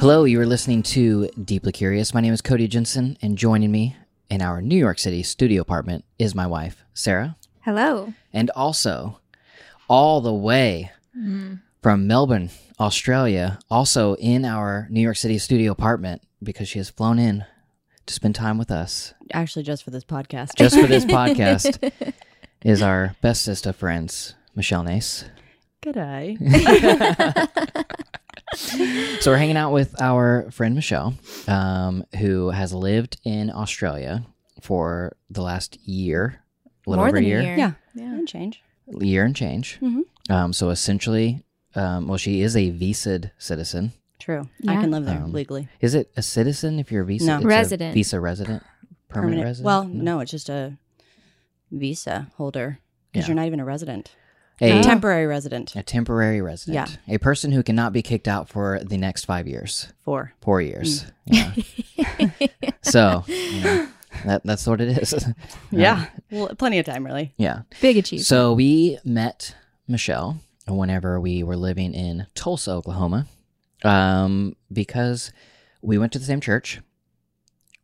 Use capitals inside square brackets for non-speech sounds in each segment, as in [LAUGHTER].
Hello, you are listening to Deeply Curious. My name is Cody Jensen, and joining me in our New York City studio apartment is my wife, Sarah, Hello. and also all the way Mm. from Melbourne, Australia, also in our New York City studio apartment because she has flown in to spend time with us Actually, just for this podcast. just [LAUGHS] for this [LAUGHS] podcast, is our best sister friends, Michelle Nace. Good eye. [LAUGHS] So we're hanging out with our friend Michelle, um, who has lived in Australia for the last year, a little More over than a year, a year. Yeah. Yeah. And change. year and change. Mhm. Um, so essentially, um, well, she is a visaed citizen. True. I Yeah. can live there Um, legally. Is it a citizen if you're a visa No. it's a Resident. visa resident, permanent, resident. Well, no, it's just a visa holder because Yeah. you're not even a resident. a, Oh. Temporary resident. a temporary resident, a person who cannot be kicked out for the next five years. Four. four years. Yeah. so you know, that that's what it is. Yeah. Well, plenty of time, really. [LAUGHS] yeah. Big achievement. So we met Michelle whenever we were living in Tulsa, Oklahoma, um, because we went to the same church.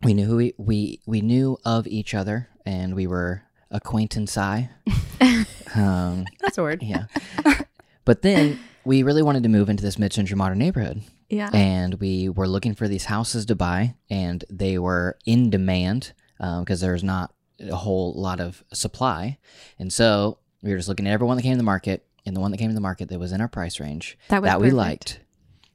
We knew who we, we we knew of each other, and we were acquaintance. um, That's a word. yeah. But then we really wanted to move into this mid-century modern neighborhood yeah. and we were looking for these houses to buy, and they were in demand because there was not a whole lot of supply. And so we were just looking at everyone that came to the market, and the one that came to the market that was in our price range That was that we perfect. liked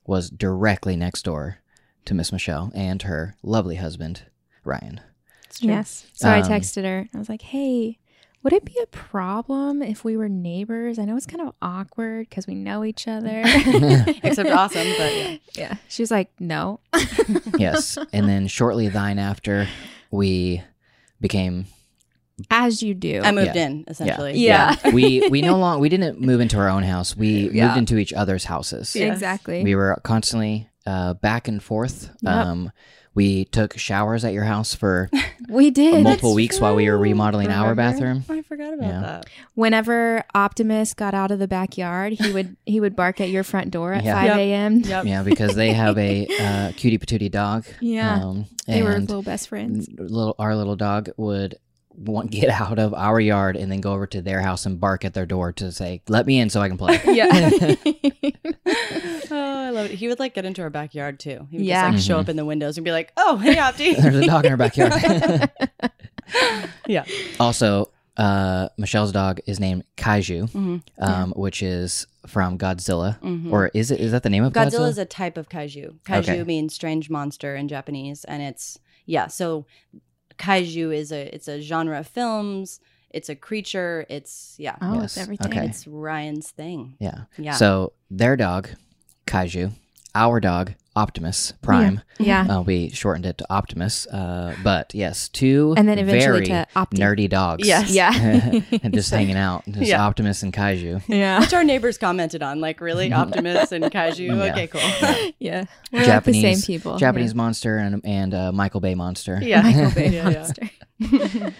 was directly next door to Miss Michelle and her lovely husband, Ryan. It's true. Yes. So I Um, texted her. I was like, "Hey, would it be a problem if we were neighbors? I know it's kind of awkward because we know each other." [LAUGHS] [LAUGHS] Except awesome, but yeah. yeah. She was like, "No." [LAUGHS] yes. And then shortly thine after, we became As you do. I moved Yeah. in, essentially. Yeah. we we no longer we didn't move into our own house. [LAUGHS] We Yeah. moved into each other's houses. Yeah. Exactly. We were constantly uh, back and forth. Yep. Um, we took showers at your house [LAUGHS] for We did. multiple weeks while we were true. remodeling our Remember? bathroom. I forgot about Yeah. that. Whenever Optimus got out of the backyard, he would he would bark at your front door at Yeah. 5 Yep. a.m. Yep. Yeah, because they have [LAUGHS] a uh, cutie patootie dog. Yeah. um, They were and little best [LAUGHS] friends. little our little dog would want [LAUGHS] get out of our yard and then go over to their house and bark at their door to say, "Let me in so I can [LAUGHS] play." [LAUGHS] Yeah. [LAUGHS] oh, I love it. He would like get into our backyard too. He would Yeah. just like show up in the windows and be like, "Oh, hey, Opti." Mm-hmm. [LAUGHS] There's [LAUGHS] a dog in our backyard. [LAUGHS] yeah. Also, uh, Michelle's dog is named Kaiju, Mm-hmm. Mhm. um, which is from Godzilla, Mhm. or is it? Is that the name of Godzilla? Godzilla is a type of kaiju. Kaiju Okay. means strange monster in Japanese, and it's yeah. So kaiju is a it's a genre of films. It's a creature. It's yeah. Oh, Yes. it's everything. Okay. It's Ryan's thing. yeah. Yeah. So their dog, Kaiju, our dog, Optimus Prime. Yeah. Uh, we shortened it to Optimus, uh, but yes, two And then very eventually to Opti. nerdy dogs. Yes. Yeah. [LAUGHS] and [LAUGHS] just [LAUGHS] hanging out, just Yeah. Optimus and Kaiju. Yeah. [LAUGHS] Which our neighbors commented on, like [LAUGHS] really Optimus and kaiju. Yeah. Okay, cool. Yeah. We're Japanese, like the same people. Japanese monster and and uh, Michael Bay monster. [LAUGHS] [LAUGHS] Yeah. [LAUGHS] Michael Bay Yeah, yeah. monster.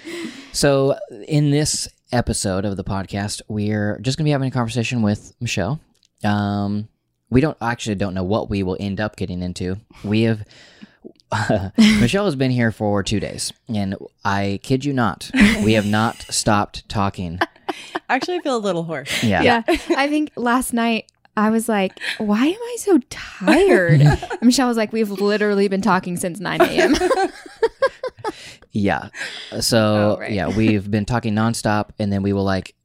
So, in this episode of the podcast, we're just going to be having a conversation with Michelle. Um, we don't actually don't know what we will end up getting into. We have [LAUGHS] Michelle has been here for two days, and I kid you not, we have not stopped talking. Actually, I feel a little hoarse. Yeah, Yeah. I think last night I was like, why am I so [LAUGHS] tired? [LAUGHS] And Michelle was like, we've literally been talking since 9 a.m. yeah. Uh, So [LAUGHS] Oh, right. yeah, we've been talking nonstop, and then we will like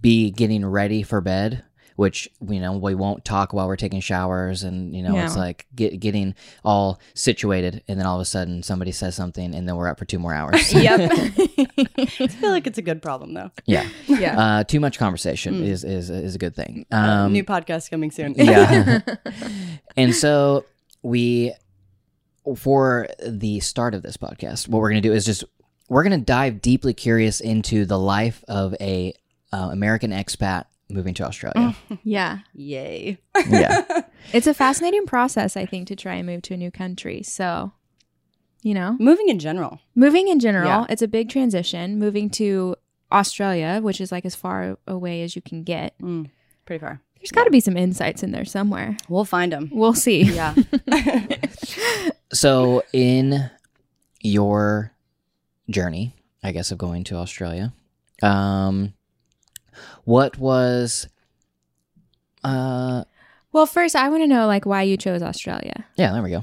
be getting ready for bed, which you know we won't talk while we're taking showers, and you know it's Yeah. like get, getting all situated, and then all of a sudden somebody says something, and then we're up for two more [LAUGHS] hours. yep. I feel like it's a good problem though. yeah, Yeah. uh, too much conversation Mm. is is is a good thing. Uh, Um, New podcast coming soon. yeah. and so we, for the start of this podcast, what we're going to do is just we're going to dive deeply curious into the life of a uh, American expat moving to Australia. yeah. [LAUGHS] Yay. yeah, It's a fascinating process, I think, to try and move to a new country. So, you know, Moving in general. moving in general, Yeah. it's a big transition. Moving to Australia, which is like as far away as you can get. Mm, pretty far. There's got to be some insights in there somewhere. We'll [LAUGHS] find them. We'll see. Yeah. [LAUGHS] So, in your journey, I guess, of going to Australia, um, what was, uh, well, first, I want to know like why you chose Australia. yeah, there we go.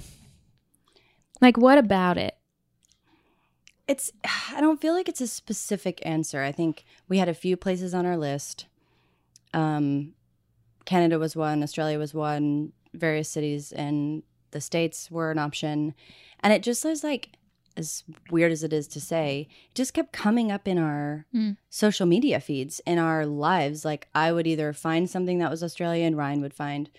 Like, what about it? It's [SIGHS] I don't feel like it's a specific answer. I think we had a few places on our list. Um Canada was one, Australia was one, various cities in the states were an option. And it just was like as weird as it is to say, it just kept coming up in our Mm. social media feeds in our lives. Like I would either find something that was Australian, Ryan would find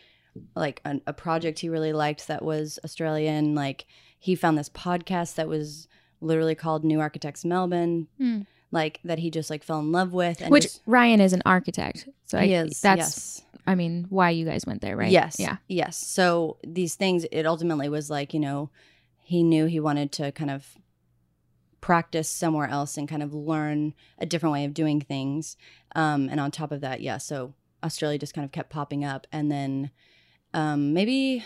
like an, a project he really liked that was Australian, like he found this podcast that was literally called New Architects Melbourne, Hmm. like that he just like fell in love with. And Which just, Ryan is an architect, so I, He is, that's yes, I mean why you guys went there, right? Yes, Yeah. yes. So these things, it ultimately was like you know, he knew he wanted to kind of practice somewhere else and kind of learn a different way of doing things. Um, and on top of that, yeah, so Australia just kind of kept popping up, and then um, maybe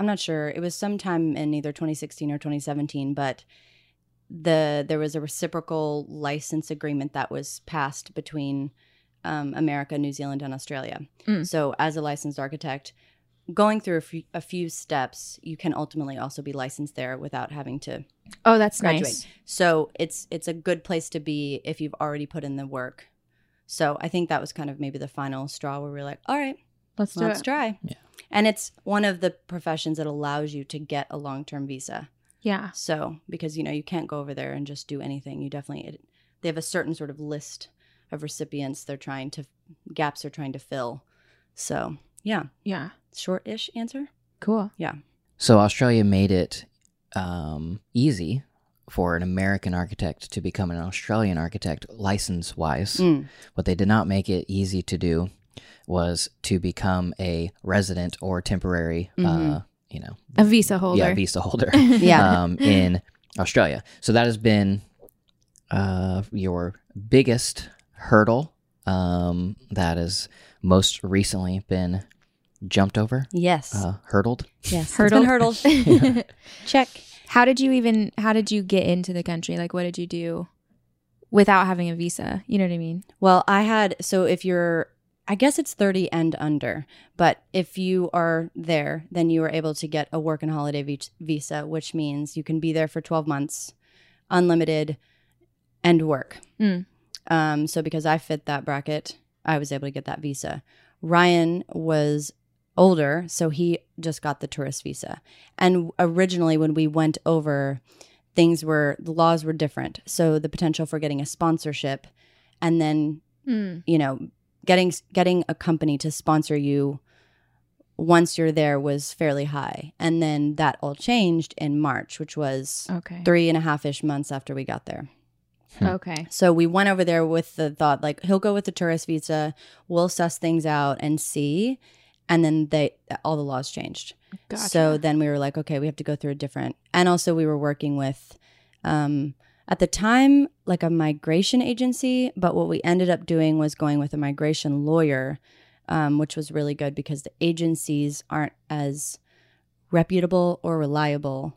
I'm not sure. It was sometime in either 2016 or 2017, but the there was a reciprocal license agreement that was passed between um, America, New Zealand, and Australia. Mm. So, as a licensed architect, going through a few, a few steps, you can ultimately also be licensed there without having to Oh, that's Graduate. nice. so it's it's a good place to be if you've already put in the work. So I think that was kind of maybe the final straw where we are like, all right, Let's do let's it. try. Yeah. And it's one of the professions that allows you to get a long term visa. Yeah. So because you know you can't go over there and just do anything, you definitely it, they have a certain sort of list of recipients they're trying to gaps they're trying to fill. So yeah, Yeah. short ish answer. Cool. So, Australia made it um, easy for an American architect to become an Australian architect license wise. Mm. What they did not make it easy to do was to become a resident or temporary, uh, Mhm. you know, A visa holder. yeah, visa [LAUGHS] holder Yeah. um, in Australia. So that has been uh, your biggest hurdle um, that has most recently been jumped over, Yes. uh, hurdled. yes. Hurdle. Hurdle. [LAUGHS] Check. how did you even? How did you get into the country? Like, what did you do without having a visa? You know what I mean? Well, I had so if you're I guess it's 30 and under, but if you are there, then you are able to get a work and holiday vi- visa, which means you can be there for 12 months, unlimited, and work. Mm. Um, so because I fit that bracket, I was able to get that visa. Ryan was older, so he just got the tourist visa. And originally, when we went over, things were the laws were different. So the potential for getting a sponsorship and then you know getting getting a company to sponsor you once you're there was fairly high and then that all changed in march which was Okay. three and a half ish months after we got there Hmm. Okay. so we went over there with the thought like he'll go with the tourist visa we'll suss things out and see and then they all the laws changed so then we were like, okay, we have to go through a different. And also, we were working with, um, at the time, like a migration agency. But what we ended up doing was going with a migration lawyer, um, which was really good because the agencies aren't as reputable or reliable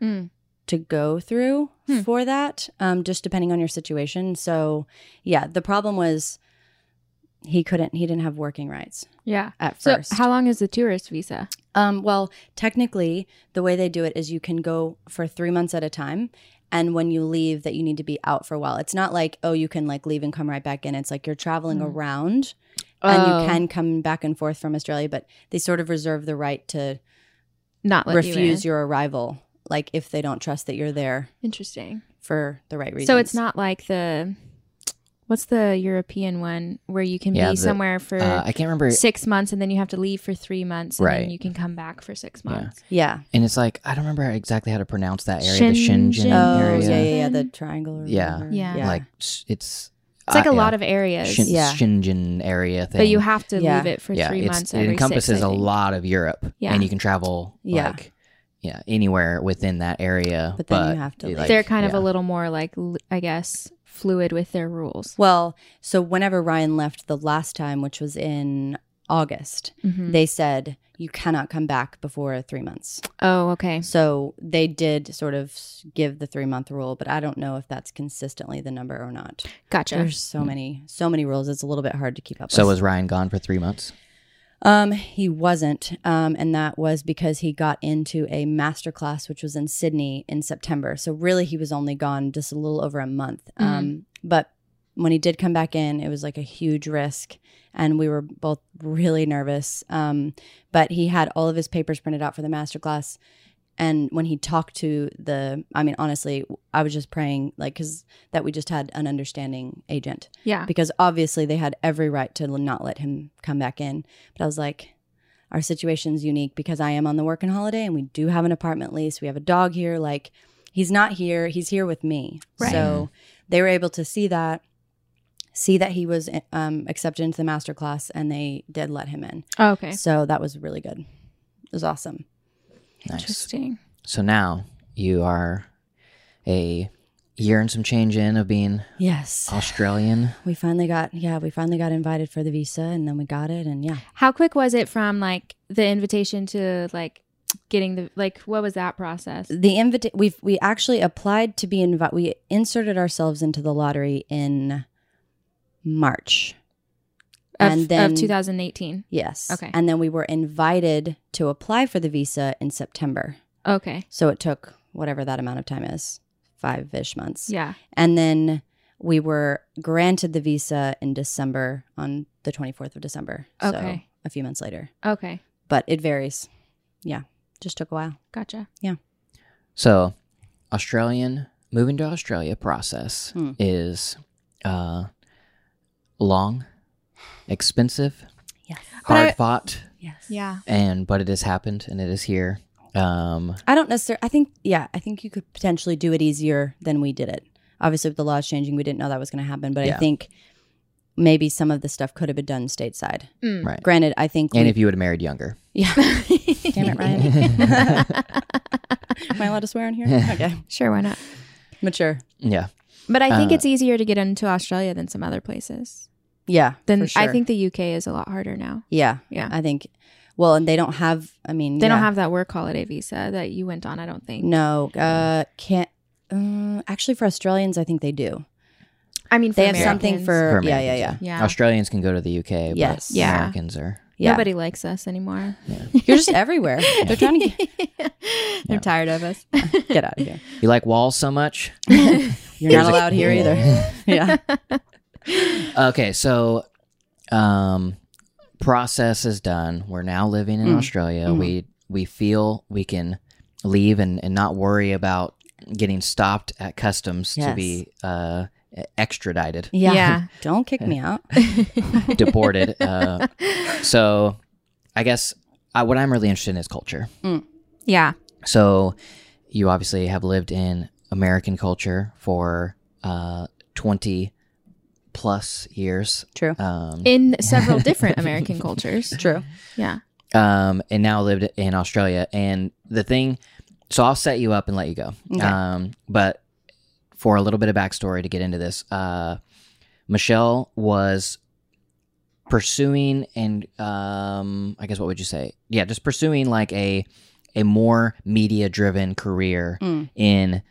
Mm. to go through Hmm. for that, um, just depending on your situation. So, yeah, the problem was he couldn't, he didn't have working rights yeah. at So first. how long is the tourist visa? Um, well, technically, the way they do it is you can go for three months at a time. And when you leave, that you need to be out for a while. It's not like, oh, you can like leave and come right back in. It's like you're traveling Mm. around and Oh. Oh, you can come back and forth from Australia, but they sort of reserve the right to not let you refuse in. your arrival, like if they don't trust that you're there Interesting. for the right reasons. So it's not like the what's the European one where you can Yeah, be the- somewhere for Uh, I can't remember. six months and then you have to leave for three months and Right. then you can come back for six Yeah. months. Yeah. And it's like, I don't remember exactly how to pronounce that area, Shenzhen. the Shenzhen Oh, yeah, area. yeah, yeah. The Something. triangle. Or Yeah. whatever. Yeah. Like, s- it's. uh, It's like a lot of areas, Shin- Yeah. Shenzhen area thing. but you have to Yeah. leave it for three it's- months. It every encompasses six, I a think. lot of Europe, Yeah. and you can travel Yeah. like yeah anywhere within that area. But then you have to it, leave. They're kind of yeah. a little more like l- I guess fluid with their rules. Well, so whenever Ryan left the last time, which was in August, Mhm. they said you cannot come back before three months. oh, okay. So they did sort of give the three month rule, but I don't know if that's consistently the number or not. Gotcha. There's so many, so many rules. It's a little bit hard to keep up. So with. was Ryan gone for three months? Um, he wasn't, um, and that was because he got into a master class, which was in Sydney in September. So really, he was only gone just a little over a month. Um, but when he did come back in, it was like a huge risk, and we were both really nervous. Um, but he had all of his papers printed out for the master class, and when he talked to the, I mean, honestly, I was just praying like because that we just had an understanding agent Yeah. because obviously they had every right to not let him come back in. But I was like, our situation's unique because I am on the working holiday and we do have an apartment lease. We have a dog here. Like, he's not here. He's here with me. Right. So they were able to see that, see that he was um, accepted into the master class, and they did let him in. Oh, okay. So that was really good. It was awesome. Nice. Interesting. So now you are a year and some change in of being Yes. Australian. We finally got, yeah, we finally got invited for the visa and then we got it. And yeah. How quick was it from like the invitation to like getting the like what was that process? the invita- we we actually applied to be invited we inserted ourselves into the lottery in march And of, then- of 2018. yes Okay. and then we were invited to apply for the visa in september Okay. so it took whatever that amount of time is five-ish months Yeah. and then we were granted the visa in december on the 24th of december so Okay. a few months later Okay. but it varies yeah just took a while Gotcha. So Australian moving to Australia process Hmm. is uh, long, expensive, yes But I- hard fought, yes Yeah. and but it has happened and it is here. Um, I don't necessarily. I think, yeah, I think you could potentially do it easier than we did it. Obviously, with the laws changing, we didn't know that was going to happen, but I Yeah. think maybe some of the stuff could have been done stateside. Mm. Right. Granted, I think. and we- if you would have married younger, yeah. [LAUGHS] Damn it, Ryan. [LAUGHS] Am I allowed to swear in here? Okay. sure, why not? Mature. [LAUGHS] yeah, But I think Uh, it's easier to get into Australia than some other places. Yeah. Then for sure. I think the UK is a lot harder now. Yeah. Yeah. I think. Well, and they don't have. I mean, They don't yeah. have that work holiday visa that you went on, I don't think. No. Uh, can't. Uh, actually, for Australians, I think they do. I mean, for They have something Americans. for. For Yeah, yeah, Americans, yeah. Yeah. Australians can go to the UK, Yes. but Yeah. Americans are Yeah. Nobody likes us [LAUGHS] anymore. [LAUGHS] You're just everywhere. They're trying to get, Yeah. They're tired of [LAUGHS] us. [LAUGHS] get out of here. you like walls so much. You're not [LAUGHS] Here's a- allowed here [LAUGHS] either. yeah. Okay, so um process is done. We're now living in Mm. Australia. Mhm. We we feel we can leave and, and not worry about getting stopped at customs to Yes. be uh extradited, Yeah. Yeah. [LAUGHS] Don't kick me out. deported. [LAUGHS] Uh, so I guess I, what I'm really interested in is culture. [LAUGHS] yeah. So you obviously have lived in American culture for uh 20 plus years. True. Um In several different American cultures. [LAUGHS] [LAUGHS] True. Yeah. um, and now lived in Australia. And the thing, so I'll set you up and let you go. Okay. Um, but for a little bit of backstory to get into this, uh, Michelle was pursuing and um, I guess what would you say? Yeah, just pursuing like a a more media driven career Mm. in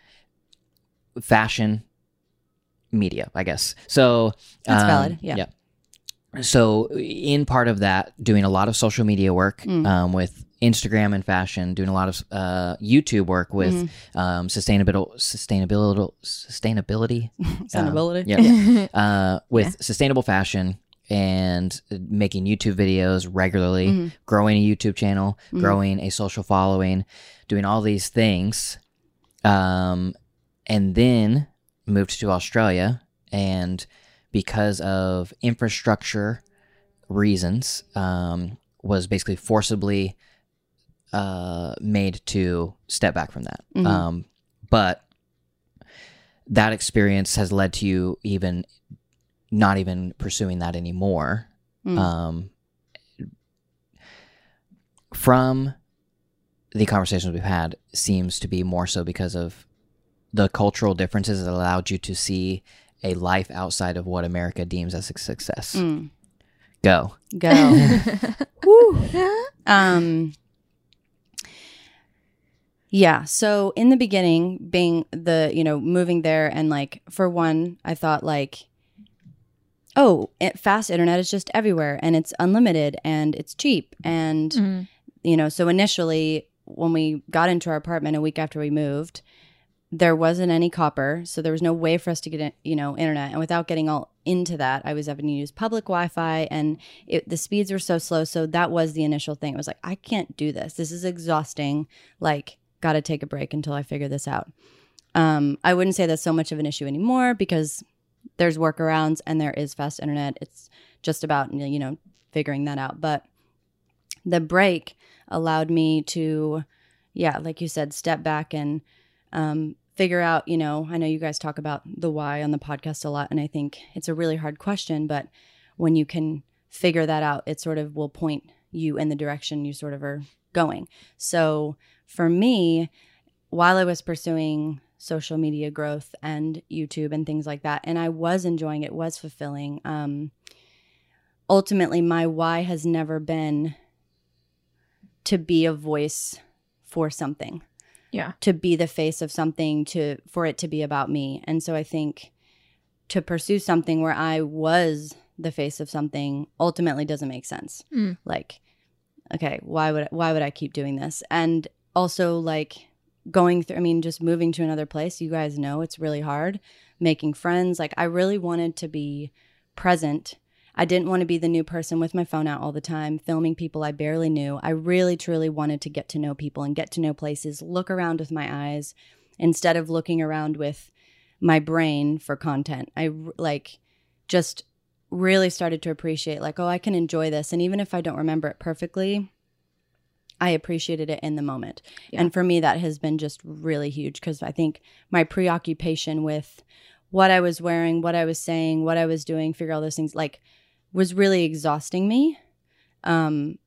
fashion media, I guess. So um, That's valid, yeah. So in part of that, doing a lot of social media work Mm. um, with Instagram and fashion, doing a lot of uh, YouTube work [LAUGHS] with Mm-hmm. um, sustainability, sustainability, sustainability, Sustainability. um, yeah, uh, with sustainable fashion and making YouTube videos regularly, Mhm. growing a YouTube channel, Mhm. growing a social following, doing all these things. Um, and then moved to Australia. And because of infrastructure reasons, um, was basically forcibly uh, made to step back from that. Mhm. Um, but that experience has led to you even not even pursuing that anymore. Mm. Um, from the conversations we've had, seems to be more so because of the cultural differences that allowed you to see a life outside of what America deems as a success. Mm. Go. Go. [LAUGHS] [LAUGHS] um, yeah. So in the beginning, being the, you know, moving there and like, for one, I thought like, oh, it, fast internet is just everywhere and it's unlimited and it's cheap. And, Mm. you know, so initially when we got into our apartment a week after we moved, there wasn't any copper, so there was no way for us to get in, you know internet. And without getting all into that, I was having to use public Wi-Fi, and it, the speeds were so slow. So that was the initial thing. It was like I can't do this. This is exhausting. Like, got to take a break until I figure this out. Um, I wouldn't say that's so much of an issue anymore because there's workarounds and there is fast internet. It's just about you know figuring that out. But the break allowed me to yeah like you said step back and um, figure out you know i know you guys talk about the why on the podcast a lot and i think it's a really hard question but when you can figure that out it sort of will point you in the direction you sort of are going so for me while i was pursuing social media growth and youtube and things like that and i was enjoying it was fulfilling um, ultimately my why has never been to be a voice for something Yeah. to be the face of something to for it to be about me and so i think to pursue something where i was the face of something ultimately doesn't make sense Mm. like okay why would why would i keep doing this and also like going through i mean just moving to another place you guys know it's really hard making friends like i really wanted to be present I didn't want to be the new person with my phone out all the time, filming people I barely knew. I really, truly wanted to get to know people and get to know places, look around with my eyes instead of looking around with my brain for content. I r- like just really started to appreciate, like, oh, I can enjoy this. And even if I don't remember it perfectly, I appreciated it in the moment. Yeah. And for me, that has been just really huge because I think my preoccupation with what I was wearing, what I was saying, what I was doing, figure all those things, like, was really exhausting me um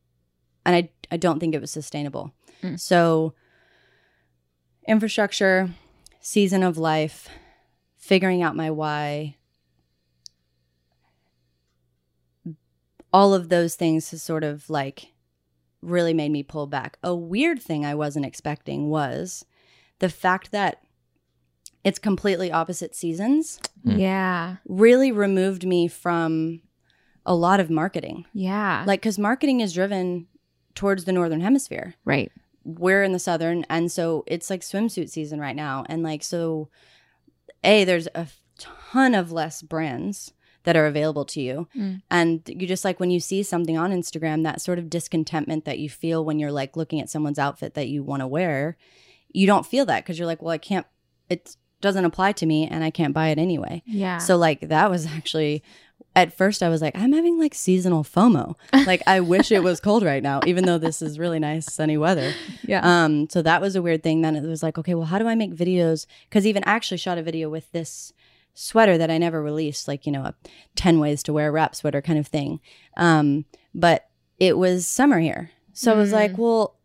and i i don't think it was sustainable Mm. so infrastructure season of life figuring out my why all of those things has sort of like really made me pull back a weird thing i wasn't expecting was the fact that it's completely opposite seasons Mm. Yeah. really removed me from a lot of marketing. Yeah. Like, because marketing is driven towards the Northern Hemisphere. right. We're in the Southern, and so it's like swimsuit season right now. And like, so, A, there's a ton of less brands that are available to you. Mm. And you just like when you see something on Instagram, that sort of discontentment that you feel when you're like looking at someone's outfit that you want to wear, you don't feel that because you're like, well, I can't, it doesn't apply to me and I can't buy it anyway. Yeah. So like that was actually at first I was like I'm having like seasonal FOMO. Like I wish it was cold right now even though this is really nice sunny weather. yeah. Um so that was a weird thing then it was like okay well how do I make videos cuz even I actually shot a video with this sweater that I never released like you know a 10 ways to wear a wrap sweater kind of thing. Um but it was summer here. So I was Mm. like well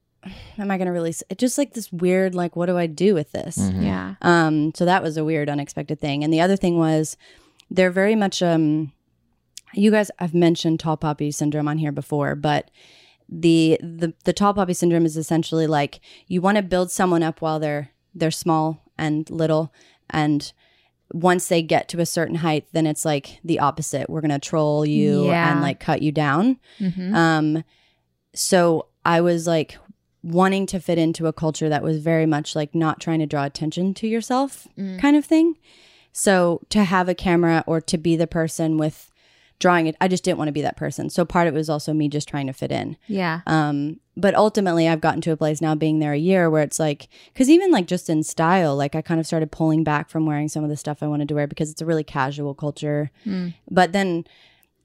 am I going to release it just like this weird like what do I do with this? Mhm. yeah. Um, so that was a weird, unexpected thing. And the other thing was they're very much um you guys I've mentioned tall poppy syndrome on here before, but the the, the tall poppy syndrome is essentially like you want to build someone up while they're they're small and little and once they get to a certain height, then it's like the opposite. We're gonna troll you Yeah. and like cut you down. Mm-hmm. Um, so I was like wanting to fit into a culture that was very much like not trying to draw attention to yourself Mm. kind of thing. So to have a camera or to be the person with drawing it, I just didn't want to be that person. So part of it was also me just trying to fit in. Yeah. Um, but ultimately, I've gotten to a place now being there a year where it's like, because even like just in style, like I kind of started pulling back from wearing some of the stuff I wanted to wear because it's a really casual culture Mm. but then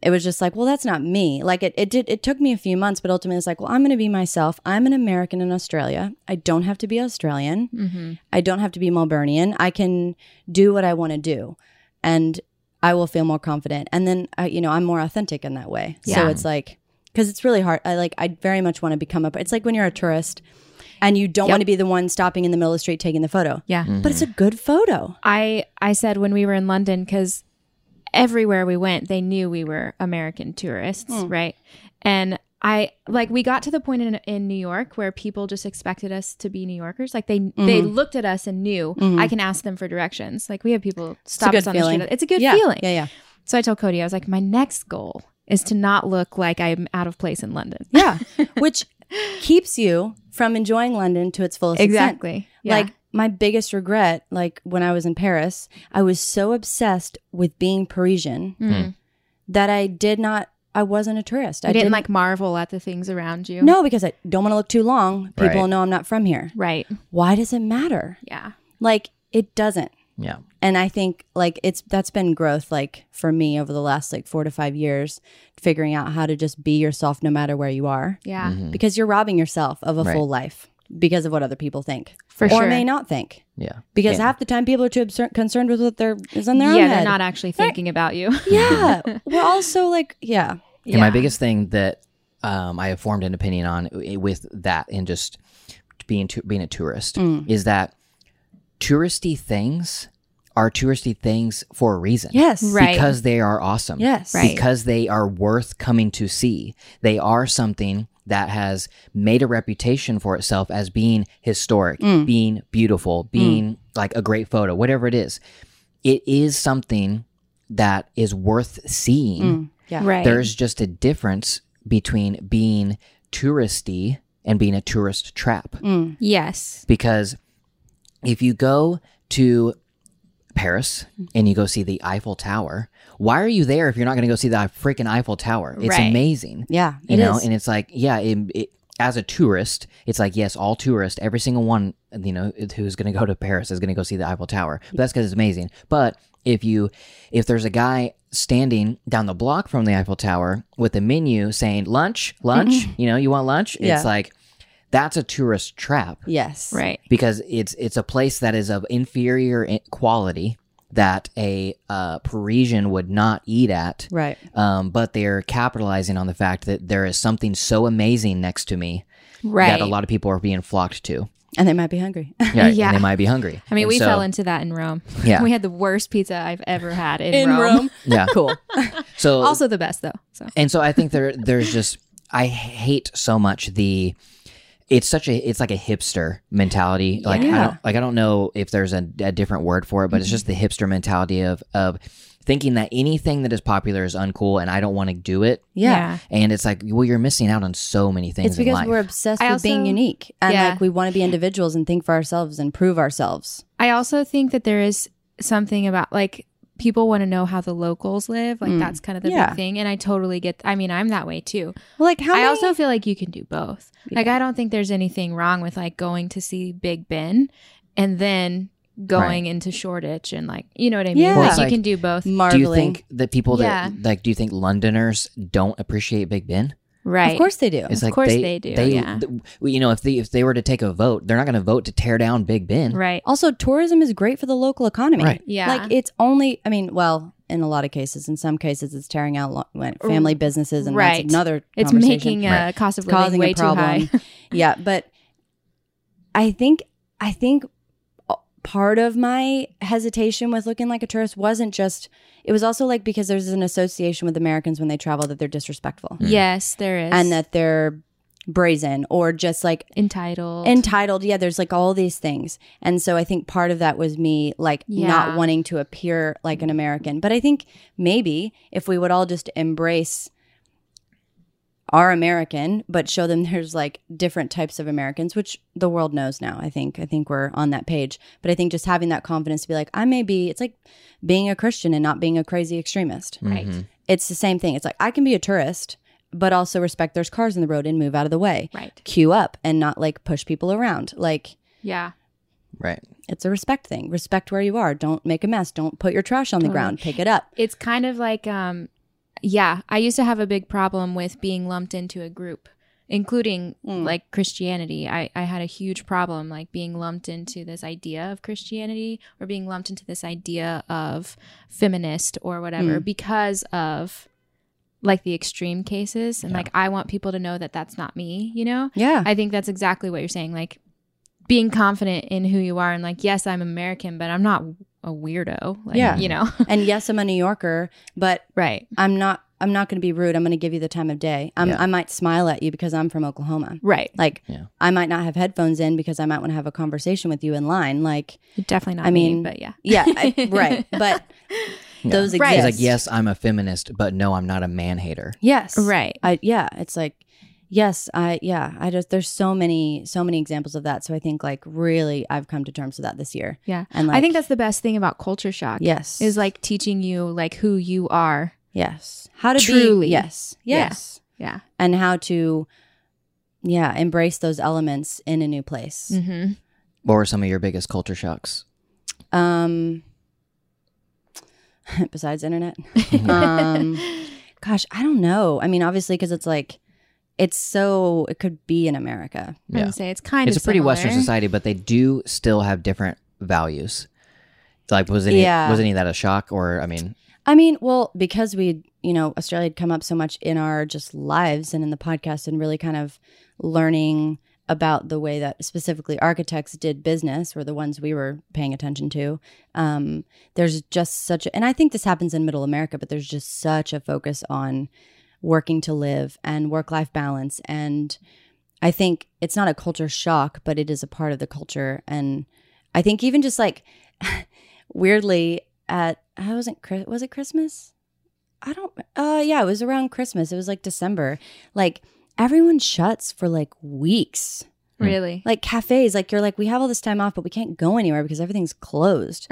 it was just like well that's not me like it, it did it took me a few months but ultimately it's like well i'm going to be myself i'm an american in australia i don't have to be australian Mm-hmm. i don't have to be melbourneian i can do what i want to do and i will feel more confident and then I, you know i'm more authentic in that way so Yeah. it's like because it's really hard i like i very much want to become a it's like when you're a tourist and you Yep. don't Mm-hmm. want to be the one stopping in the middle of the street taking the photo Yeah. but it's a good photo I I said when we were in London because everywhere we went, they knew we were American tourists, Hmm. right? And I like we got to the point in in New York where people just expected us to be New Yorkers. Like they Mm-hmm. they looked at us and knew Mhm. I can ask them for directions. Like we have people a stop good us on feeling. the street. It's a good yeah, feeling. Yeah, yeah. So I told Cody, I was like, my next goal is to not look like I'm out of place in London. Yeah. [LAUGHS] Which keeps you from enjoying London to its fullest extent. exactly. Yeah. Like my biggest regret, like when I was in Paris, I was so obsessed with being Parisian Mm. that I did not I wasn't a tourist. You I didn't, like marvel at the things around you. No, because I don't want to look too long. People Right. know I'm not from here. Right. Why does it matter? Yeah. Like it doesn't. Yeah. and i think like it's that's been growth like for me over the last like four to five years figuring out how to just be yourself no matter where you are Yeah. Mhm. because you're robbing yourself of a Right. full life because of what other people think For or sure. may not think Yeah. because Yeah. half the time people are too absur- concerned with what they're is on their own yeah, head. they're not actually thinking about [LAUGHS] you. [LAUGHS] yeah we're all so like yeah And my Yeah. biggest thing that um, I have formed an opinion on i- with that and just being to, being a tourist Mm. is that touristy things are touristy things for a reason. yes Right. Because they are awesome. yes Right. Because they are worth coming to see. They are something that has made a reputation for itself as being historic, Mm. being beautiful, being like a great photo, whatever it is. It is something that is worth seeing. Mm. yeah Right. There's just a difference between being touristy and being a tourist trap. Mm. yes. Because if you go to Paris and you go see the Eiffel Tower, why are you there if you're not going to go see the freaking Eiffel Tower? It's Right. amazing. yeah You it know, is. and it's like, yeah, it, it, as a tourist, it's like, yes, all tourists, every single one, you know, who's going to go to Paris is going to go see the Eiffel Tower. But that's because it's amazing. But if you, if there's a guy standing down the block from the Eiffel Tower with a menu saying lunch, lunch, you know, you want lunch, Mm-hmm. Yeah. it's like, that's a tourist trap yes Right. because it's it's a place that is of inferior i- quality that a uh, Parisian would not eat at. right Um, but they're capitalizing on the fact that there is something so amazing next to me Right. that a lot of people are being flocked [LAUGHS] to. and they might be hungry Yeah, Yeah. And they might be hungry. I mean, And we so- fell into that in Rome. [LAUGHS] Yeah. We had the worst pizza I've ever had in, in Rome. Rome Yeah, cool so [LAUGHS] Also the best though. So and so I think there there's just I hate so much the it's such a it's like a hipster mentality. Like I Yeah. don't like I don't know if there's a, a different word for it, but it's just the hipster mentality of of thinking that anything that is popular is uncool and I don't want to do it. yeah. And it's like, well, you're missing out on so many things It's because in life. we're obsessed I with being also- unique and Yeah. like we want to be individuals and think for ourselves and prove ourselves. I also think that there is something about like people want to know how the locals live. Like Mm. that's kind of the Yeah. big thing. And I totally get I mean, I'm that way too. Well, like how I also feel like you can do both. Like I don't think there's anything wrong with like going to see Big Ben and then going into Shoreditch and like you know what I mean? Yeah. Well, Like it's you like- can do both. do marveling. you think that people Yeah. that like do you think Londoners don't appreciate Big Ben? Right. Of course they do. It's Of like course they, they do, They, yeah. th- you know, if they if they were to take a vote, they're not going to vote to tear down Big Ben. Right. Also, tourism is great for the local economy. Right. Yeah. Like it's only I mean, well, in a lot of cases, in some cases it's tearing out lo- when- family businesses and Right. that's another it's conversation. making uh, Right. cost of It's living causing way a too high. problem. [LAUGHS] yeah, but I think I think part of my hesitation with looking like a tourist wasn't just it was also like because there's an association with Americans when they travel that they're disrespectful. yes, there is. Mm. and that they're brazen or just like entitled. entitled. Yeah, there's like all these things. And so I think part of that was me like Yeah. not wanting to appear like an American. But I think maybe if we would all just embrace our American, but show them there's like different types of Americans, which the world knows now. I think. I think we're on that page. But I think just having that confidence to be like, I may be, it's like being a Christian and not being a crazy extremist Right. Mhm. it's the same thing. It's like I can be a tourist, but also respect there's cars in the road and move out of the way. Right. Queue up and not like push people around. Like Yeah. Right. it's a respect thing. Respect where you are. Don't make a mess. Don't put your trash on the Totally. ground. Pick it up. It's kind of like um yeah, I used to have a big problem with being lumped into a group, including Mm. like Christianity. I, I had a huge problem like being lumped into this idea of Christianity or being lumped into this idea of feminist or whatever because of like the extreme cases and Yeah. like I want people to know that that's not me, you know? Yeah. I think that's exactly what you're saying. Like being confident in who you are and like, yes, I'm American, but I'm not a weirdo. Like, Yeah. you know, [LAUGHS] and yes, I'm a New Yorker, but right, I'm not. I'm not going to be rude. I'm going to give you the time of day. i Yeah. I might smile at you because I'm from Oklahoma. right. Like Yeah. I might not have headphones in because I might want to have a conversation with you in line. Like Definitely not. I me, mean, but yeah, yeah, I, right. But those Right. He's exist. like, yes, I'm a feminist, but no, I'm not a man hater. yes, right. I yeah, it's like yes, I yeah, I just there's so many so many examples of that. So I think like really I've come to terms with that this year. Yeah. and like, I think that's the best thing about culture shock. yes is like teaching you like who you are. yes how to Truly. be yes Yeah. yes Yeah. and how to yeah embrace those elements in a new place. Mm-hmm. What were some of your biggest culture shocks? Mm. Um, [LAUGHS] besides internet, Mm-hmm. [LAUGHS] um, gosh, I don't know. I mean, obviously, because it's like it's so it could be in America. I Yeah. would say it's kind It's a of pretty Western similar. society, but they do still have different values. Like, was any Yeah. was any of that a shock? Or I mean, I mean, well, because we, you know, Australia had come up so much in our just lives and in the podcast and really kind of learning about the way that specifically architects did business were the ones we were paying attention to. Um, there's just such, a, and I think this happens in middle America, but there's just such a focus on working to live and work life balance. And I think it's not a culture shock, but it is a part of the culture. And I think even just like [LAUGHS] weirdly uh, at, I wasn't, Chri- was it Christmas? I don't, uh, yeah, it was around Christmas. It was like December. Like everyone shuts for like weeks. Mm. Really. Like cafes, like you're like, we have all this time off, but we can't go anywhere because [LAUGHS] everything's closed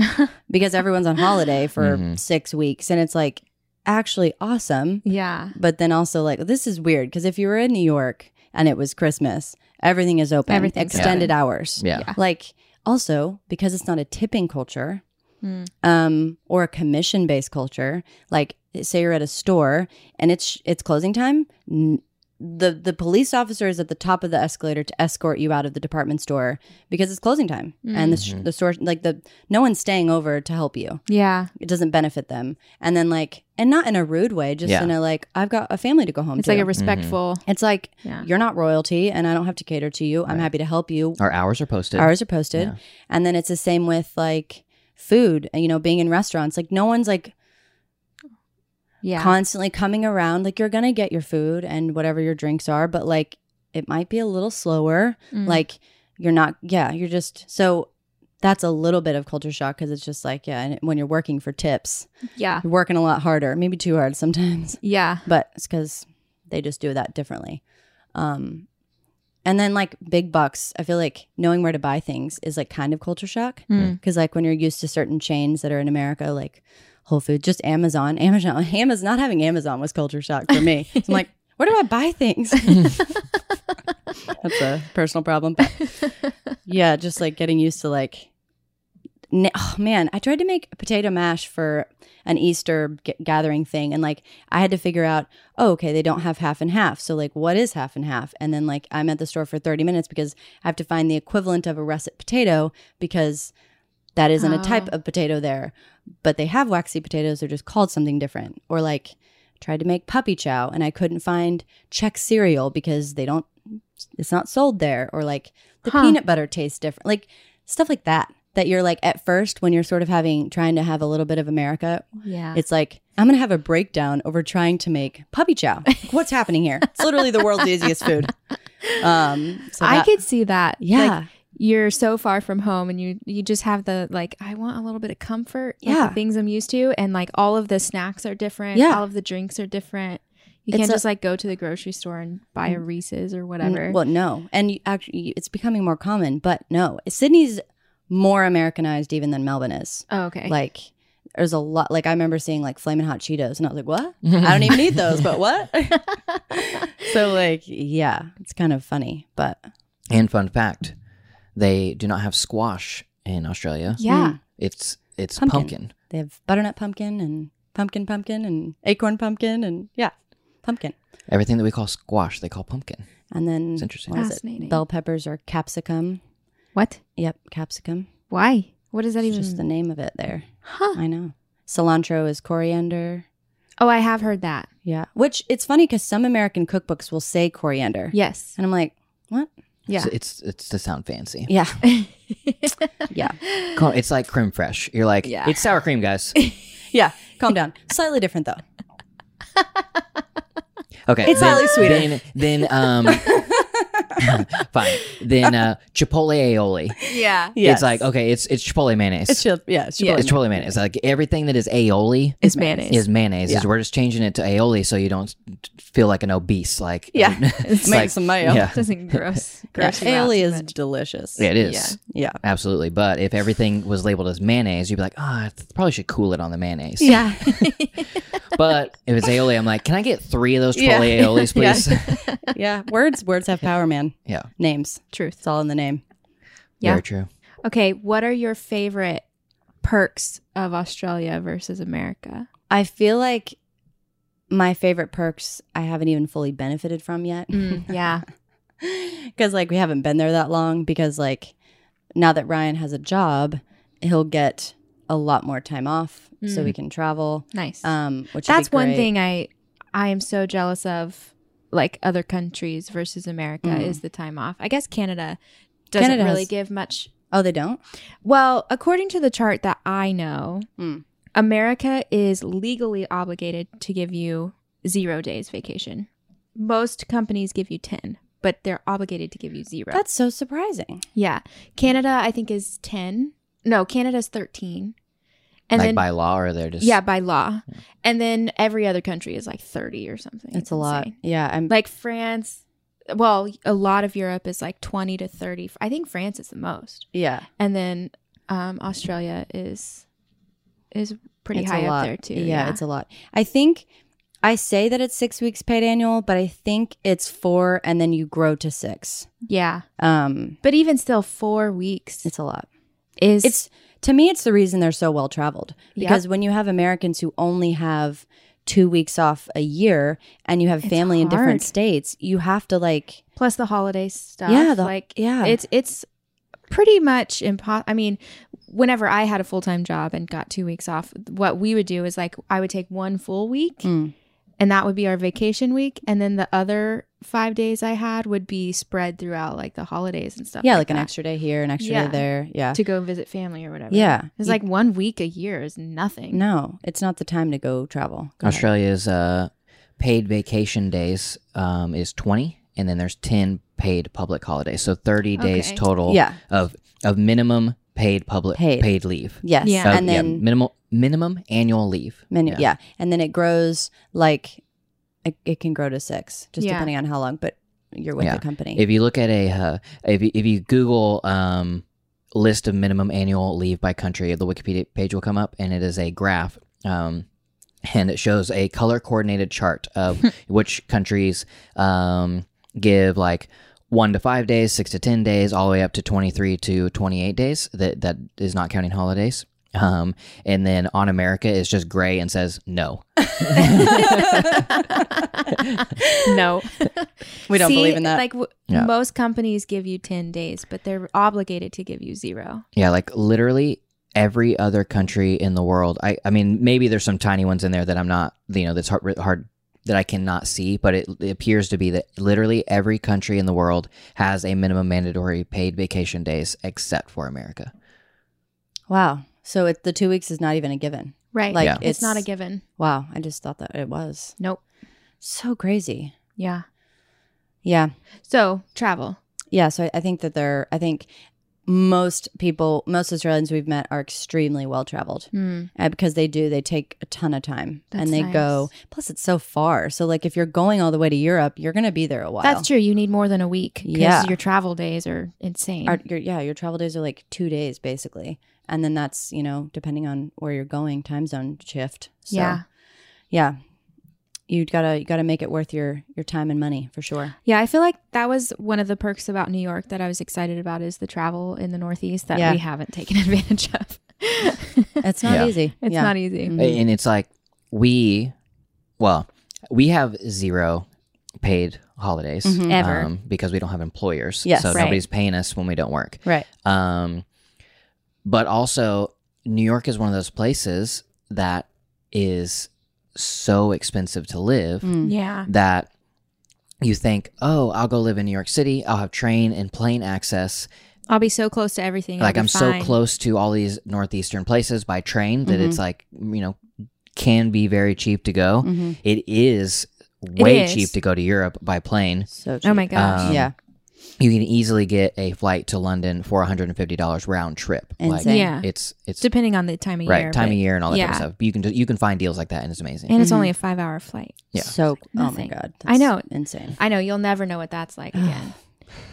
because everyone's on holiday for Mhm. six weeks. And it's like actually awesome yeah. but then also like this is weird because if you were in New York and it was Christmas, everything is open, Everything's extended open. hours. yeah, Yeah. Like also because it's not a tipping culture Mm. um, or a commission based culture. Like say you're at a store and it's it's closing time. N- the the police officer is at the top of the escalator to escort you out of the department store because it's closing time and the, sh- Hmm. Mhm. the store like the no one's staying over to help you Yeah. it doesn't benefit them. And then like, and not in a rude way, just Yeah. in a like, I've got a family to go home It's to. Mm-hmm. like a respectful. it's like Yeah. you're not royalty, and I don't have to cater to you. I'm Right. happy to help you. our hours are posted. Ours are posted, Yeah. and then it's the same with like food. You know, being in restaurants, like no one's like Yeah. constantly coming around. Like you're gonna get your food and whatever your drinks are, but like it might be a little slower. Mm. Like you're not, yeah, you're just so. That's a little bit of culture shock because it's just like, yeah, and when you're working for tips, yeah. you're working a lot harder, maybe too hard sometimes, [LAUGHS] Yeah. but it's because they just do that differently. Um, and then like big bucks, I feel like knowing where to buy things is like kind of culture shock Mm. because like when you're used to certain chains that are in America, like Whole Foods, just Amazon, Amazon, [LAUGHS] Amazon, not having Amazon was culture shock for me. So I'm like, where do I buy things? That's a personal problem, but yeah, just like getting used to like. n- Oh man, I tried to make potato mash for an Easter g- gathering thing, and like I had to figure out, oh, okay, they don't have half and half. So like, what is half and half? And then like I'm at the store for 30 minutes because I have to find the equivalent of a russet potato because that isn't a type Oh. of potato there, but they have waxy potatoes. They're just called something different. Or like tried to make puppy chow and I couldn't find Czech cereal because they don't. It's not sold there. Or like the Huh. peanut butter tastes different. Like stuff like that. That you're like at first when you're sort of having trying to have a little bit of America Yeah. it's like, I'm going to have a breakdown over trying to make puppy [LAUGHS] chow. What's happening here? It's literally the world's easiest food. Um, so I that- could see that. Like, yeah. you're so far from home and you you just have the like I want a little bit of comfort. like, Yeah. the things I'm used to and like all of the snacks are different. Yeah. all of the drinks are different. You It's can't a- just like go to the grocery store and buy a Reese's or N- whatever. Well, no. And you, actually, it's becoming more common, but no. Sydney's more Americanized even than Melbourne is. oh, okay. Like, there's a lot. Like, I remember seeing like flaming hot Cheetos, and I was like, what? I don't even need those, [LAUGHS] but what? [LAUGHS] so, like, yeah, it's kind of funny, but [LAUGHS] mm, And fun fact, they do not have squash in Australia. yeah. mm. It's it's Pumpkin. pumpkin. they have butternut pumpkin and pumpkin pumpkin and acorn pumpkin and yeah, pumpkin. Everything that we call squash, they call pumpkin. And then It's interesting. what is it? Fascinating. Bell peppers or capsicum. What? Yep, capsicum. Why? What does that It's even just the name of it there. Huh. I know. Cilantro is coriander. Oh, I have heard that. Yeah. Which it's funny because some American cookbooks will say coriander. [LAUGHS] Yes. And I'm like, what? Yeah. So it's it's to sound fancy. Yeah. [LAUGHS] yeah. Call- It's like creme fraiche. You're like, Yeah. it's sour cream, guys. [LAUGHS] Yeah. [LAUGHS] Calm down. Slightly different though. Okay, It's slightly sweeter. Then, then um, [LAUGHS] fine. Then uh, chipotle aioli. Yeah. Yes. It's like okay, it's it's chipotle mayonnaise. It's chil- yeah, it's Yeah. chipotle. It's chipotle mayonnaise. Like everything that is aioli It's mayonnaise. is mayonnaise. Is Yeah. we're just changing it to aioli so you don't feel like an obese. Like [LAUGHS] Yeah. [LAUGHS] it's Make like- some mayo. Yeah. Doesn't [LAUGHS] gross. Yeah, gross you out aioli too is [LAUGHS] much. delicious. Yeah, it is [LAUGHS] Yeah. absolutely. But if everything was labeled as mayonnaise, you'd be like, ah, I probably should cool it on the mayonnaise. Yeah. [LAUGHS] [LAUGHS] But if it's aioli, I'm like, can I get three of those [LAUGHS] Yeah. chipotle aiolis, please? Yeah. Words words have power, man. Yeah. Names. Truth. It's all in the name. Yeah. Very true. Okay. What are your favorite perks of Australia versus America? I feel like my favorite perks I haven't even fully benefited from yet. Mm, [LAUGHS] yeah. because like we haven't been there that long because like now that ryan has a job he'll get a lot more time off so Mm. we can travel Nice. um which would be That's one great. thing I I am so jealous of like other countries versus America Mm. is the time off. I guess Canada doesn't Canada really has- give much. oh they don't Well, according to the chart that I know, Mm. America is legally obligated to give you 0 days vacation. Most companies give you 10, but they're obligated to give you 0. that's so surprising yeah. Canada I think is 10. No, Canada's 13. And like then by law, or they're just yeah, by law. And then every other country is like 30 or something. it's a lot insane. yeah i'm Like France, well, a lot of Europe is like 20 to 30. I think France is the most. yeah And then um, Australia is is pretty it's a high up lot. there too. yeah, it's a lot i think i say that it's six weeks paid annual but i think it's four and then you grow to six yeah. um But even still 4 weeks it's a lot is it's to me it's the reason they're so well traveled Yep. because when you have americans who only have two weeks off a year and you have It's family in hard. different states you have to like plus the holiday stuff. Yeah, the- like yeah. it's it's pretty much impossible. I mean, whenever I had a full time job and got two weeks off, what we would do is like I would take one full week, Mm. and that would be our vacation week, and then the other five days I had would be spread throughout like the holidays and stuff. yeah like an that, extra day here an extra Yeah. day there yeah to go visit family or whatever. yeah it's You- like one week a year is nothing. no it's not the time to go travel Go ahead. Australia's uh, paid vacation days um, is 20, and then there's 10 paid public holidays. So 30 days Okay. total yeah of of minimum paid public paid, Paid. leave. yes Yeah. So, and Uh, yeah, then minimal minimum annual leave. menu, yeah. yeah. and then it grows like it, it can grow to six just Yeah. depending on how long but you're with Yeah. the company If you look at a uh, if you, if you Google um, list of minimum annual leave by country, the Wikipedia page will come up, and it is a graph. Um, and it shows a color coordinated chart of which countries um, give like one to five days, six to ten days, all the way up to twenty three to twenty eight days. That that is not counting holidays. Um, and then on America is just gray and says no. [LAUGHS] no, [LAUGHS] we don't See, believe in that Like w- Yeah. most companies give you ten days, but they're obligated to give you zero. Yeah, like literally every other country in the world. I, I mean, maybe there's some tiny ones in there that I'm not, you know, that's hard, hard that I cannot see, but it, it appears to be that literally every country in the world has a minimum mandatory paid vacation days except for America. wow so it, the two weeks is not even a given Right. like Yeah. it's, not a given. wow i just thought that it was Nope. so crazy Yeah. yeah So travel. Yeah, so I- I think that they're. I think most people, most Australians we've met, are extremely well traveled uh, because they do. They take a ton of time That's and they go. Plus, it's so far. So, like, if you're going all the way to Europe, you're gonna be there a while. That's true. You need more than a week because Yeah. your travel days are insane. Our- your, yeah, your travel days are like two days basically, and then that's you know depending on where you're going, time zone shift. So, yeah. yeah. You gotta you gotta make it worth your your time and money for sure. Yeah. I feel like that was one of the perks about New York that I was excited about is the travel in the Northeast that Yeah. we haven't taken [LAUGHS] advantage of. It's not Yeah. Mm-hmm. easy. [LAUGHS] it's yeah. not easy. Mhm. And it's like we, well, we have zero paid holidays Mhm. Ever. um, because we don't have employers. Yes. so Right. nobody's paying us when we don't work. Right. Um, but also, New York is one of those places that is so expensive to live Mm. Yeah. that you think, oh, I'll go live in New York City. I'll have train and plane access. I'll be so close to everything. I'll like be I'm fine. Mm-hmm. so close to all these northeastern places by train that it's like you know can be very cheap to go. Mhm. It is way Mm-hmm. is. cheap to go to Europe by plane. So cheap. Oh my gosh. Um, yeah, You can easily get a flight to London for 150 dollars round trip. Insane. Yeah. it's it's Depending on the time of right year. time but- of year and all that kind yeah. of stuff. You can just, you can find deals like that and it's amazing. And it's Mhm. only a five hour flight. yeah. so oh my Nothing. god, I know. insane. I know you'll never know what that's like again.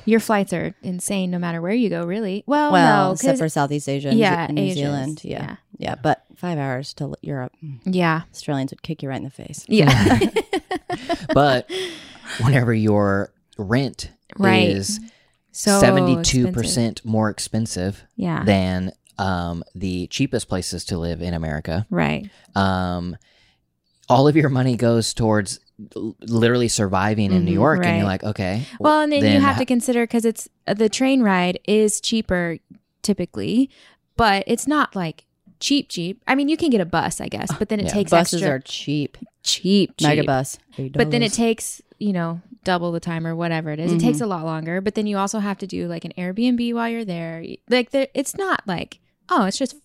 Your flights are insane no matter where you go, really. Well, well, no, except 'cause- for Southeast Asia, and yeah, New- and New Asia's, Zealand, yeah. yeah, But five hours to Europe, Mm. yeah, Australians would kick you right in the face. yeah, [LAUGHS] yeah. [LAUGHS] [LAUGHS] But whenever your rent Right. is so seventy two expensive. Uh-huh. percent more expensive Yeah, than um, the cheapest places to live in America. right. um, all of your money goes towards l- literally surviving in New Mhm, York, and you're Mm-hmm, like, right. okay, Well, and then, you then have ho- to consider because it's uh, the train ride is cheaper typically, but it's not like cheap cheap. I takes extra- cheap. I mean, you can get a bus, I guess, but then it Yeah. takes Buses extra are cheap. cheap, cheap. Mega bus. but then it takes you know double the time or whatever it is. Mhm. It Mm-hmm. takes a lot longer, but then you also have to do like an Airbnb while you're there. Like there, it's not like oh, it's just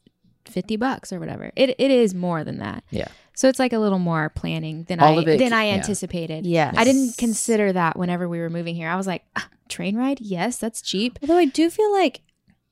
fifty bucks or whatever. It it is more than that. Yeah. So it's like a little more planning than All I of it than c- I yeah. anticipated. yeah. I didn't consider that whenever we were moving here. I was like, "Ah, train ride? Yes, that's cheap. Although I do feel like,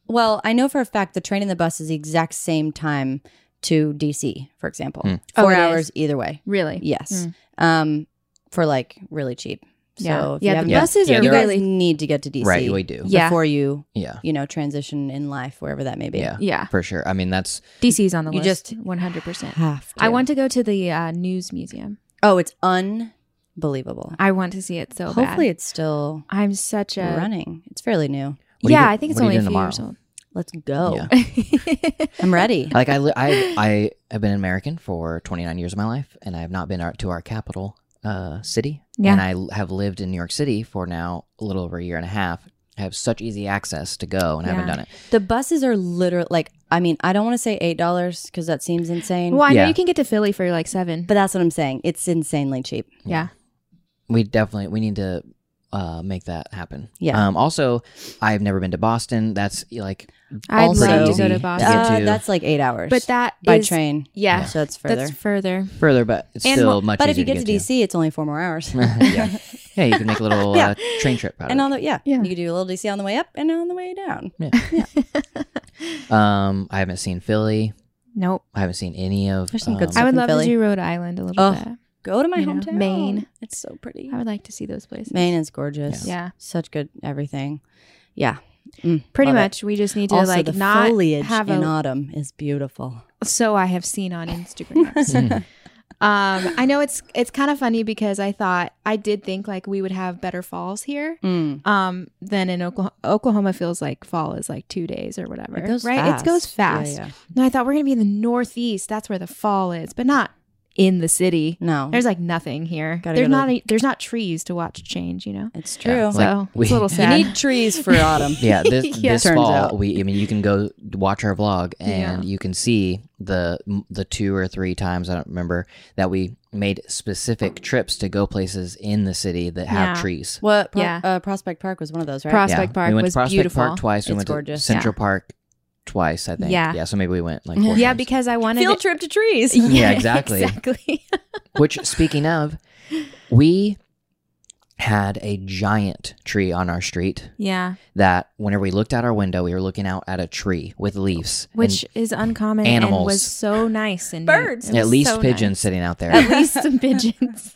well, I know for a fact the train and the bus is the exact same time to DC, for example. Hmm. Oh, Four it is? hours either way. Really? Yes. Um, for like really cheap. So Hmm. Yeah. if Yeah, you the haven't- buses Yeah, are you they're- guys need to get to DC right, we do, Yeah. before you yeah, you know transition in life wherever that may be. yeah, Yeah. for sure. I mean, that's DC's on the You list. just- One hundred [SIGHS] percent. Have to. I want to go to the uh, news museum. Oh, it's unbelievable. I want to see it so bad. Hopefully, it's still I'm such a running. It's fairly new. What are you yeah, do- I think it's what are only you a few doing years tomorrow? old. Let's go. [LAUGHS] Yeah. I'm ready. like I li- I I have been an American for 29 years of my life, and I have not been out to our capital uh, city. Yeah. and I l- have lived in New York City for now a little over a year and a half. I have such easy access to go, and I haven't Yeah. done it. The buses are literally like I mean I don't want to say eight dollars because that seems insane. well, I Yeah. know you can get to Philly for like seven. But that's what I'm saying. It's insanely cheap. yeah. we definitely we need to uh make that happen Yeah. um also i've never been to boston that's like I'd Also- love to go to Easy. Boston. Yeah. Uh, to- that's like eight hours, but that by is- train. Yeah. so it's further. That's further. further but it's And still well- much but if easier you get to, to, DC, it's only four more hours. [LAUGHS] yeah. yeah you can make a little [LAUGHS] Yeah. uh, train trip out of [LAUGHS] and it on the yeah, Yeah. you could do a little DC on the way up and on the way down. um i haven't seen philly Nope. i haven't seen any of There's some good um, stuff. I would in love Philly. to do Rhode Island a little Oh. bit. Go to my You know, hometown, Maine. It's so pretty. I would like to see those places. Maine is gorgeous. Yeah. such good everything. Yeah, Mm, Pretty love it. much. We just need to also, like the not foliage have in a- autumn is beautiful. so I have seen on Instagram. [LAUGHS] Mhm. um, I know it's it's kind of funny because I thought I did think like we would have better falls here. Mm. Um, than in Oklahoma, Oklahoma feels like fall is like two days or whatever, It goes right? fast. It goes Yeah, fast. yeah. No, I thought we're gonna be in the Northeast. That's where the fall is, but not in the city. No, There's like nothing here. Gotta There's go to not a, there's not trees to watch change. You know, it's true. Yeah, like, so we- [LAUGHS] it's a little You sad. You need trees for [LAUGHS] autumn. [LAUGHS] yeah this, Yeah. this Turns fall out. we i mean you can go watch our vlog and Yeah. you can see the the two or three times i don't remember that we made specific trips to go places in the city that have Yeah. trees What? Pro- Yeah. uh, Prospect Park was one of those, right? Prospect Park we went was to Prospect beautiful. Park twice. We It's went gorgeous. to Central Park twice, I think. Yeah. Yeah. So maybe we went like four [LAUGHS] yeah, times. because I wanted Field it- trip [LAUGHS] to trees. Yeah, exactly. Exactly. [LAUGHS] Which, speaking of, we had a giant tree on our street yeah, that whenever we looked out our window, we were looking out at a tree with leaves. and which is uncommon and animals. was so nice and Birds. neat. It at was least so pigeons nice. sitting out there. At [LAUGHS] least some pigeons.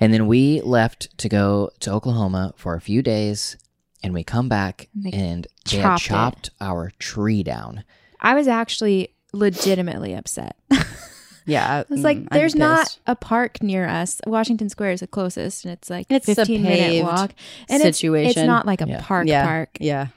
and then we left to go to Oklahoma for a few days. And we come back And they and they had chopped it. chopped our tree down. [LAUGHS] I was actually legitimately upset. Yeah, mm, It's like there's not a park near us. Washington Square is the closest, and it's like It's a 15 minute paved walk. And it's- situation. It's, not like a Yeah. park yeah, park. Yeah,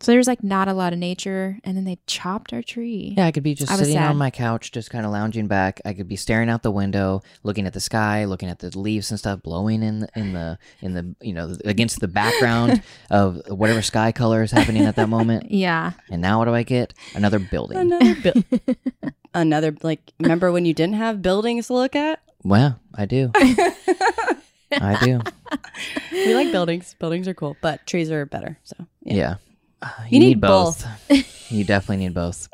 So there's like not a lot of nature, and then they chopped our tree. Yeah, I could be just I was sitting sad. on my couch, just kind of lounging back. I could be staring out the window, looking at the sky, looking at the leaves and stuff blowing in the, in the in the you know against the [LAUGHS] background of whatever sky color is happening at that moment. Yeah. And now what do I get? Another building. another, [LAUGHS] bu- another like. [LAUGHS] Remember when you didn't have buildings to look at? Well, I do. I do. we like buildings. Buildings are cool, but trees are better. So Yeah. Uh, You need you definitely need both.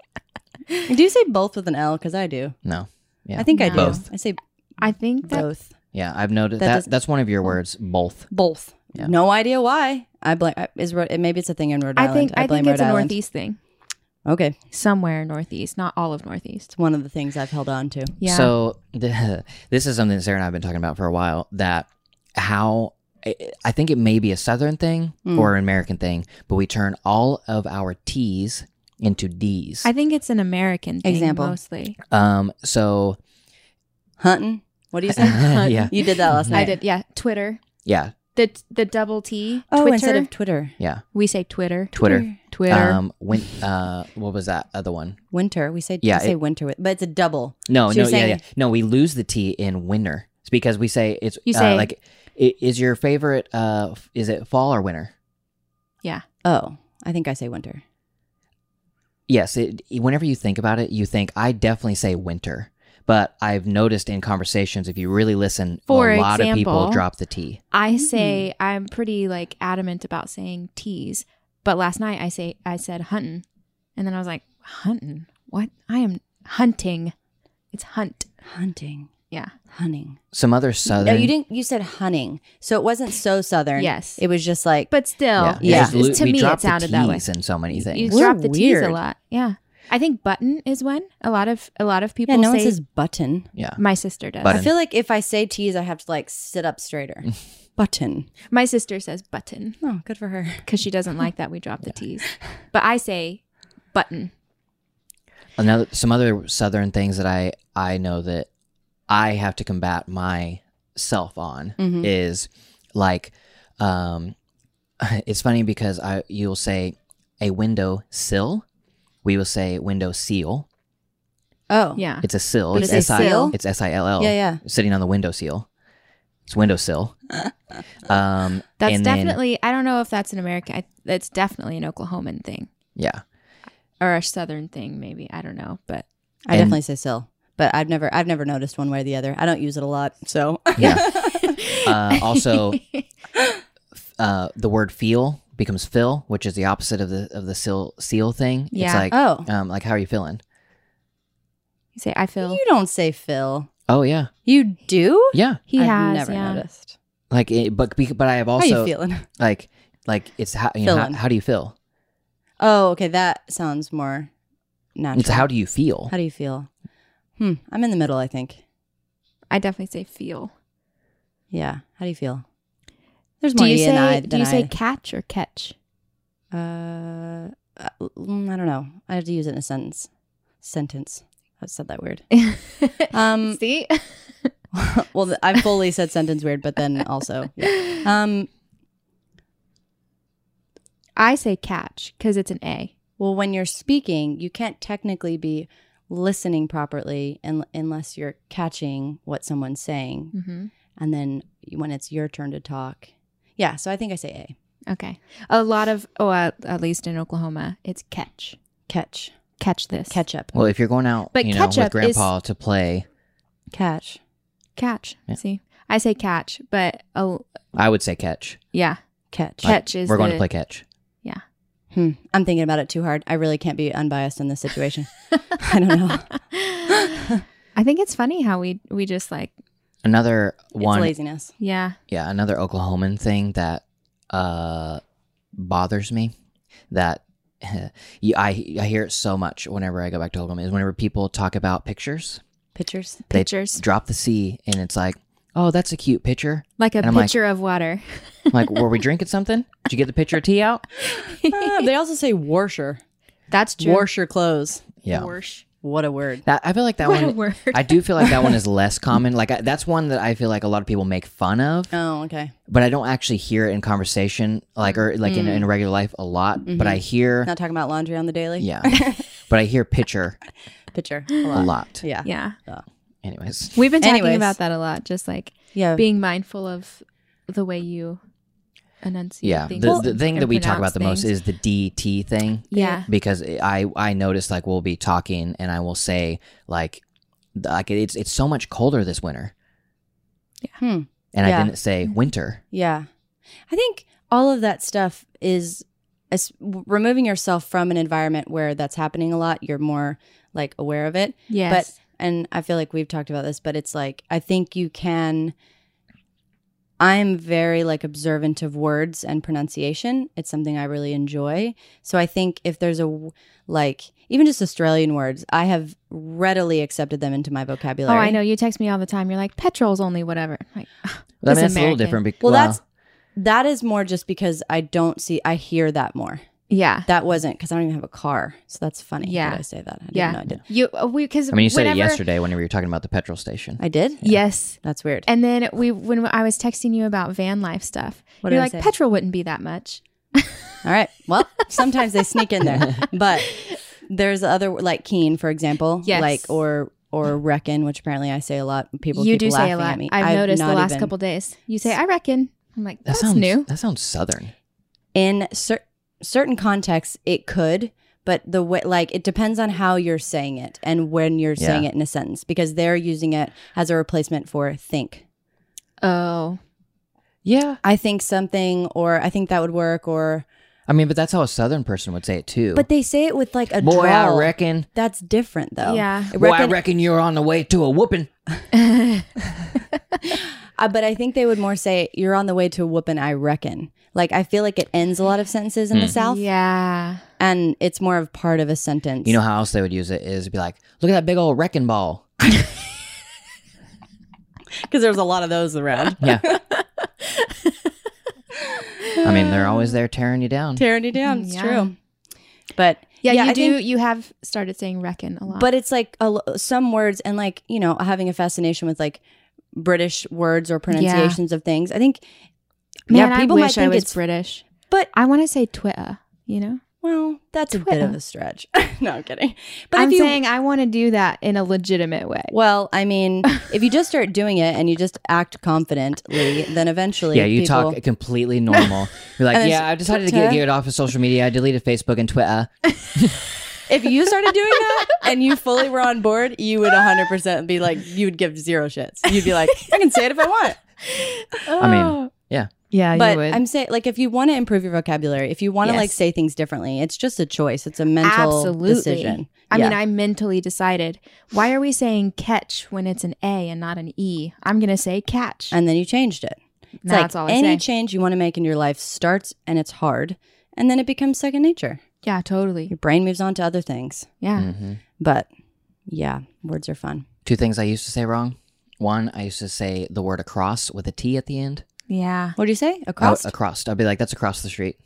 Do you say both with an L? Because I do. No. Yeah. I think I do. Both. I say I think that both. Yeah, I've noticed That that, doesn't- that's one of your words, both. Both. Yeah. No idea why. I blame. Is Rhode- maybe it's a thing in Rhode I Island. think I, blame think it's Rhode a Island. northeast thing. Okay, Somewhere northeast, not all of northeast. it's one of the things I've held on to. Yeah. So the, [LAUGHS] this is something that Sarah and I have been talking about for a while. That how I- I think it may be a Southern thing Mm. or an American thing, but we turn all of our T's into D's. I think it's an American thing Example. mostly. um. So Hunting. What do [LAUGHS] you say? yeah, you did that last night. I did. Yeah, Twitter. yeah, The the double T. Oh, Twitter. instead of Twitter. yeah. we say Twitter. Twitter. Twitter. Um. When. Uh. What was that other one? Winter. We say Yeah, we say it- winter with, but it's a double. No. So no. you're Yeah. saying- Yeah. No. We lose the T in winter. It's because we say it's You uh, say- like i- is your favorite uh f- is it fall or winter? Oh, I think I say winter. Yes, it, whenever you think about it, you think I definitely say winter, but I've noticed in conversations if you really listen, For a lot of people example- drop the T. Mm. I say I'm pretty like adamant about saying T's, but last night I say I said hunting, and then I was like hunting. What? I am hunting. It's hunt. Hunting. Yeah. Hunting. Some other No, southern. you didn't. You said hunting, so it wasn't so southern. Yes. it was just like. But still, Yeah, Yeah. it's lo- to we me drop it sounded that the way. T's in so many You [LAUGHS] things. We're drop the T's weird. a lot. Yeah. I think button is one. A lot of a lot of people yeah, no one say says button. yeah, my sister does. Button. I feel like if I say tease, I have to like sit up straighter. button. My sister says button Oh, good for her. because she doesn't like that we drop the T's. But I say button. another some other southern things that I I know that I have to combat myself on Mm-hmm. Mhm. is like, um, [LAUGHS] it's funny because I you'll say a window sill, we will say window seal. Oh, Yeah. It's a sill. But It's it's a S-I- sill? It's S I L L. Yeah, yeah. Sitting on the windowsill. It's [LAUGHS] windowsill. um, and That's then- definitely I don't know if that's an American I, that's definitely an Oklahoman thing yeah. or a southern thing maybe. I don't know, but I And- definitely say sill, but I've never I've never noticed one way or the other. I don't use it a lot, so Yeah. Uh, [LAUGHS] also, uh, the word feel becomes fill, which is the opposite of the of the seal seal thing. Yeah. It's like, [LAUGHS] oh, um, like how are you feeling? you say I feel you don't say Phil. Oh yeah, You do? yeah. he I've has never yeah. noticed. Like, it, but bec- but I have how you also feeling? like like it's how you know, how, Feelin'. how do you feel? Oh, okay, that sounds more natural. It's how do you feel? How do you feel? Hmm, I'm in the middle, I think. I definitely say feel. Yeah, how do you feel? There's Do more you E and I say than do you I. say catch or [LAUGHS] catch? Uh, uh, mm, I don't know. I have to use it in a sentence. Sentence. I said that weird. [LAUGHS] Um, See? well, th- I fully said sentence weird, but then also, yeah. [LAUGHS] um, I say catch because it's an A. well, when you're speaking, you can't technically be listening properly un- unless you're catching what someone's saying, Mm-hmm. and then when it's your turn to talk, yeah. So I think I say a Okay. A lot of, oh, at, at least in Oklahoma, it's catch. catch, Catch this. catch up, Well, if you're going out, But you know, with ketchup is- grandpa to play, catch. Catch. Yeah. See, I say catch, but oh, I would say catch. yeah, Catch. catch is. We're going the- to play catch. Hmm. I'm thinking about it too hard. I really can't be unbiased in this situation. I don't know. [LAUGHS] [LAUGHS] I think it's funny how we we just like Another one It's laziness. yeah yeah another oklahoman thing that uh bothers me that [LAUGHS] you- I, I hear it so much whenever I go back to Oklahoma is whenever people talk about pictures, Pictures. They- pictures drop the C, and it's like, oh, that's a cute picture. like a and I'm like- pitcher of water. I'm like, [LAUGHS] were we drinking something? Did you get the picture of tea out? Ah, they also say warsher. That's true. [LAUGHS] Warsher clothes. Yeah, Warsh. What a word. that I feel like that What a one. word. I do feel like that [LAUGHS] one is less common. Like I, that's one that I feel like a lot of people make fun of. Oh, okay. but I don't actually hear it in conversation, like or like in, Mm. Mm-hmm. in regular life a lot. But I hear, Not talking about laundry on the daily. yeah, but I hear pitcher Picture a lot. Yeah. yeah, Anyways, we've been talking Anyways. about that a lot. Just like Yeah. being mindful of the way you enunciate. yeah, things the, the and- thing and that we talk pronounce about the most things. is the DT thing yeah. because I I notice like we'll be talking and I will say like like it's it's so much colder this winter. Hmm. and I Yeah. didn't say winter. Yeah. I think all of that stuff is as removing yourself from an environment where that's happening a lot, you're more like aware of it. Yes. And I feel like we've talked about this, but it's like I think you can I'm very like observant of words and pronunciation. It's something I really enjoy. So I think if there's a w- like even just Australian words, I have readily accepted them into my oh, vocabulary. I know. You text me all the time. You're like, petrol's only whatever. I'm like, [LAUGHS] Well, I mean, It's that's a little American. different. Because, Well, that's that is more just because I don't see I hear that more. yeah. That wasn't because I don't even have a car. So that's funny. Yeah. That I say that. I didn't Yeah. know I did. You, uh, we, because I mean, you said whenever, it yesterday whenever you were talking about the petrol station. I did? Yes. That's weird. And then we, when I was texting you about van life stuff, What you're did I like, say? petrol wouldn't be that much. All right. Well, sometimes they sneak in [LAUGHS] there. But there's other like keen, for example. Yes. Like or or reckon, which apparently I say a lot. People you keep do laughing say a lot. at me. I've, noticed the not last even- couple days. You say, I reckon. I'm like, that that's sounds new. That sounds southern. in cer- certain contexts it could but the way like it depends on how you're saying it and when you're Yeah. saying it in a sentence because they're using it as a replacement for think Oh, Yeah, i think something or i think that would work or I mean, but that's how a southern person would say it too. but they say it with like a boy, I drawl. reckon. that's different though Yeah. [LAUGHS] I Boy, I reckon- reckon you're on the way to a whooping. uh, but i think they would more say you're on the way to whooping i reckon like i feel like it ends a lot of sentences in the Hmm. south [LAUGHS] yeah. and it's more of part of a sentence [LAUGHS] You know how else they would use it is be like, look at that big old wrecking ball. because there's a lot of [LAUGHS] those around [LAUGHS] Yeah. I mean, they're always there tearing you down. tearing you down it's Yeah. true but Yeah, Yeah, you I do. uh think- you have started saying reckon a lot. but it's like a, lo- some words and like you know having a fascination with like british words or pronunciations of things i think man, yeah people I might wish I think was it's British. but- I want to say Twitter, you know? well that's a bit Twitter. of a stretch [LAUGHS] no i'm kidding but But I'm if you saying I want to do that in a legitimate way. well [LAUGHS] i mean if you just start doing it and you just act confidently then eventually Yeah, you people, talk completely normal. You're like, And it's yeah, I decided to get, Twitter. get it off of social media. I deleted Facebook and Twitter. if you started doing that and you fully were on board you would 100% be like you would give zero shits you'd be like i can say it if [LAUGHS] i want I Oh. Oh. mean, yeah. Yeah, but i'm saying like if you want to improve your vocabulary if you want to like Yes. say things differently it's just a choice it's a mental Absolutely. decision I mean, Yeah. I mentally decided, why are we saying catch when it's an A and not an E? I'm going to say catch. and then you changed it. It's Nah, that's like all I say. any change you want to make in your life starts and it's hard, and then it becomes second nature. yeah, totally. Your brain moves on to other things. Yeah. hmm But yeah, words are fun. Two things I used to say wrong. One, I used to say the word across with a T at the end. Yeah. What do you say? A Oh, cost? across. I'd be like, that's across the street.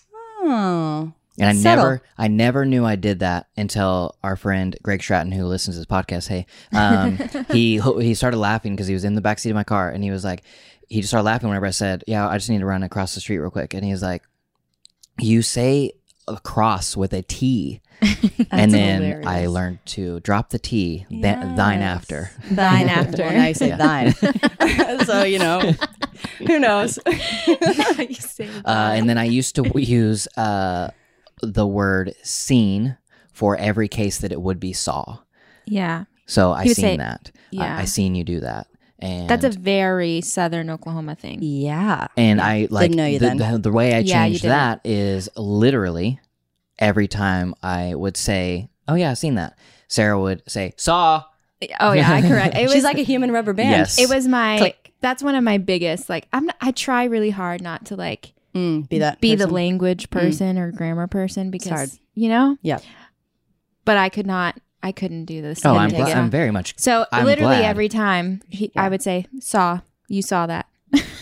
[LAUGHS] Oh, And I Subtle. never, I never knew I did that until our friend Greg Stratton, who listens to this podcast, hey, [LAUGHS] um, he he started laughing because he was in the backseat of my car and he was like, he just started laughing whenever I said, "Yeah, I just need to run across the street real quick," and he was like, "You say across with a T," and then I learned to drop the T, th- thine after. [LAUGHS] Thine after. Well, now you say Yeah. [LAUGHS] thine. so, you know, who knows? You say Uh, and then I used to use uh, the word "seen" for every case that it would be saw. yeah. So I He seen would say- that. yeah. I, I seen you do that. And That's a very Southern Oklahoma thing. yeah. and I like know you the, then. the, the way I Yeah, you changed didn't. that is literally every time I would say, "Oh yeah, I seen that." Sarah would say, "Saw." Oh, yeah, I correct. It She's was like a human rubber band. Yes. It was my Click. that's one of my biggest like I'm not, I try really hard not to like Mm, be that. be the person. language person or grammar person because hard. you know? Yep. But I could not I couldn't do this. Oh, and I'm take gla- it. I'm very much. So I'm literally glad. every time he, I would say saw you saw that.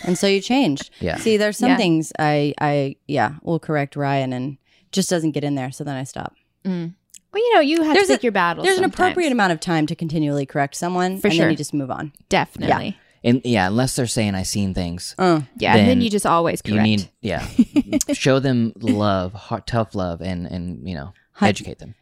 And so you changed. Yeah. See, there's some Yeah. things I, I, yeah, will correct Ryan and just doesn't get in there. So then I stop. Well, you know, you have There's to a- pick your battles. There's an sometimes. appropriate amount of time to continually correct someone, For and sure. then you just move on. definitely. And yeah, unless they're saying I seen things, Uh, Yeah, and Then then you just always correct. you need yeah, show them love, heart, tough love, and and you know Hi- educate them.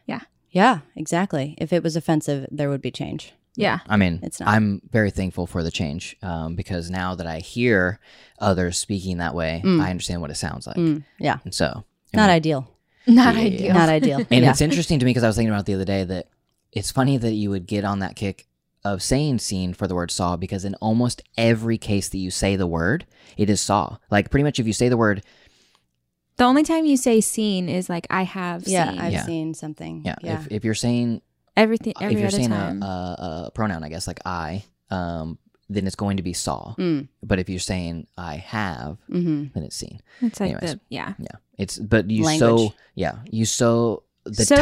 yeah, exactly. If it was offensive, there would be change. yeah. I mean, It's not. I'm very thankful for the change um, because now that I hear others speaking that way, Mm. I understand what it sounds like. Mm, yeah, And so, I not mean, ideal. Not Yeah. ideal. Not ideal. [LAUGHS] And yeah. it's interesting to me because I was thinking about it the other day that it's funny that you would get on that kick of saying seen for the word saw because in almost every case that you say the word, it is saw. Like pretty much if you say the word, The only time you say seen is like I have yeah, seen. I've Yeah. seen something. yeah, If, if you're saying everything every if you're other saying a, uh, time. a, a pronoun, I guess like I, um, then it's going to be saw. Mm, But if you're saying I have, hmm then it's seen. it's like anyways. the yeah. It's but you Language. so yeah you so the So ti-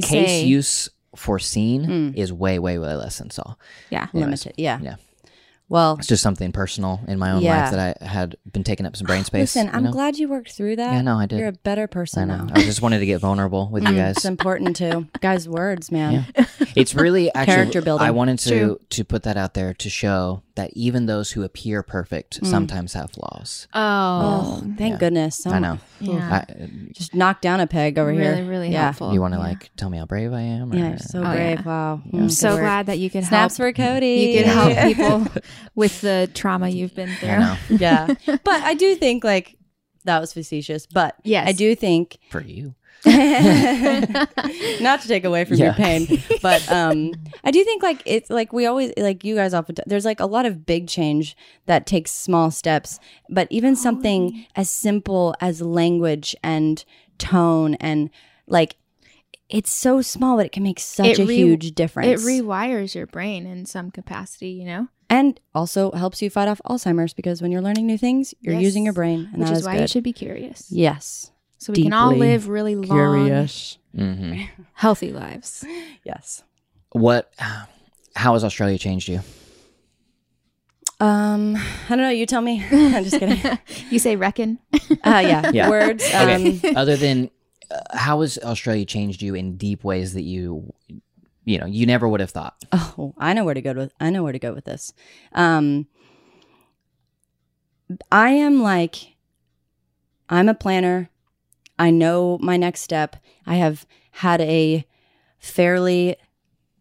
the case say- use for seen Mm. is way way way less than saw. Yeah. Anyways, Limited. Yeah. Yeah. Well, It's just something personal in my own Yeah. life that I had been taking up some brain space. [SIGHS] listen, you I'm know? glad you worked through that. Yeah, no, I did. You're a better I person know. now. I just wanted to get vulnerable with you Mm, guys. [LAUGHS] It's [LAUGHS] important to guys' words, man. It's [LAUGHS] really actually Character building. I wanted to True. to put that out there to show that even those who appear perfect Mm. sometimes have flaws. Oh, Oh. thank Yeah. goodness. So I know. Yeah. I, Just knock down a peg over really, here. really Yeah. helpful. you want to Yeah. like tell me how brave I am? Or, Yeah, you're so Oh, brave. yeah. Wow. Mm, I'm I'm good so work. glad that you could Snaps help. for Cody. You can Yeah. [LAUGHS] [LAUGHS] help people with the trauma you've been I know through. [LAUGHS] yeah. [LAUGHS] But I do think like that was facetious, but Yes. [LAUGHS] I do [LAUGHS] think for you. not to take away from your Yeah. pain, but um, I do think like it's like we always like you guys often there's like a lot of big change that takes small steps, but Oh, even something as simple as language and tone and like it's so small, but it can make such It a re- huge It difference. rewires your brain in some capacity, you know, and also helps you fight off Alzheimer's because when you're learning new things, you're Yes. using your brain, and which that is is why good. you should be curious. yes, So we can all Deeply live really long, hmm healthy lives. Yes. What? [SIGHS] How has Australia changed you? Um, I don't know. You tell me. [LAUGHS] I'm just kidding. Uh, you say reckon? yeah. [LAUGHS] Yeah. Words. Okay. Um, [LAUGHS] Other than uh, how has Australia changed you in deep ways that you you know you never would have thought? oh, I know where to go with. I know where to go with this. Um, I am like, I'm a planner. I know my next step. I have had a fairly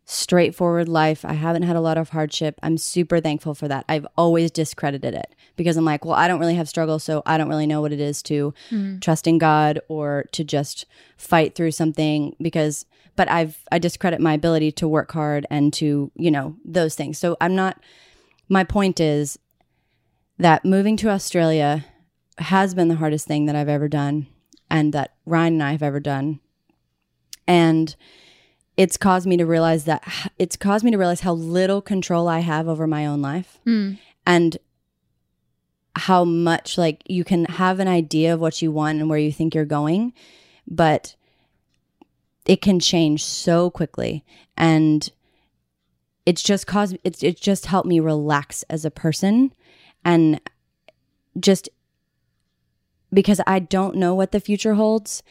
straightforward life. I haven't had a lot of hardship. I'm super thankful for that. I've always discredited it because I'm like, well, I don't really have struggle, so I don't really know what it is to Mm. trust in God or to just fight through something because but I've I discredit my ability to work hard and to, you know, those things. So I'm not my point is that moving to Australia has been the hardest thing that I've ever done and that Ryan and I have ever done. And it's caused me to realize that it's caused me to realize how little control I have over my own life Mm. and how much like you can have an idea of what you want and where you think you're going but it can change so quickly and it's just caused it's it just helped me relax as a person and just because I don't know what the future holds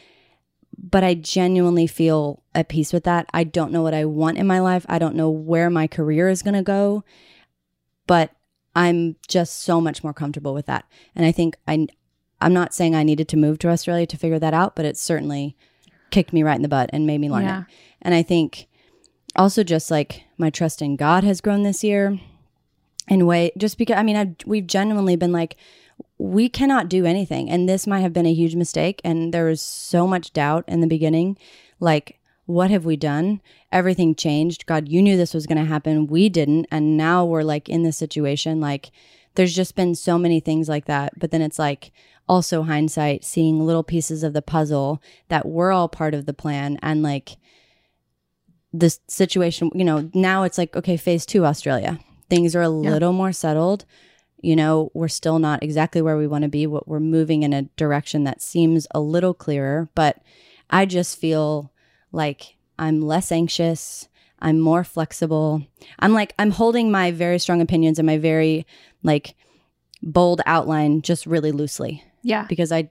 but I genuinely feel at peace with that. I don't know what I want in my life. I don't know where my career is going to go, but I'm just so much more comfortable with that. And I think I, I'm not saying I needed to move to Australia to figure that out, but it certainly kicked me right in the butt and made me learn Yeah. it. And I think also just like my trust in God has grown this year in way just because I mean I've, we've genuinely been like we cannot do anything and this might have been a huge mistake and there was so much doubt in the beginning like what have we done everything changed god you knew this was going to happen we didn't and now we're like in this situation like there's just been so many things like that but then it's like also hindsight seeing little pieces of the puzzle that were all part of the plan and like this situation you know now it's like okay phase 2 australia things are a Yeah. little more settled you know, we're still not exactly where we want to be. What we're moving in a direction that seems a little clearer, but I just feel like I'm less anxious. I'm more flexible. I'm like I'm holding my very strong opinions and my very like bold outline just really loosely Yeah. because I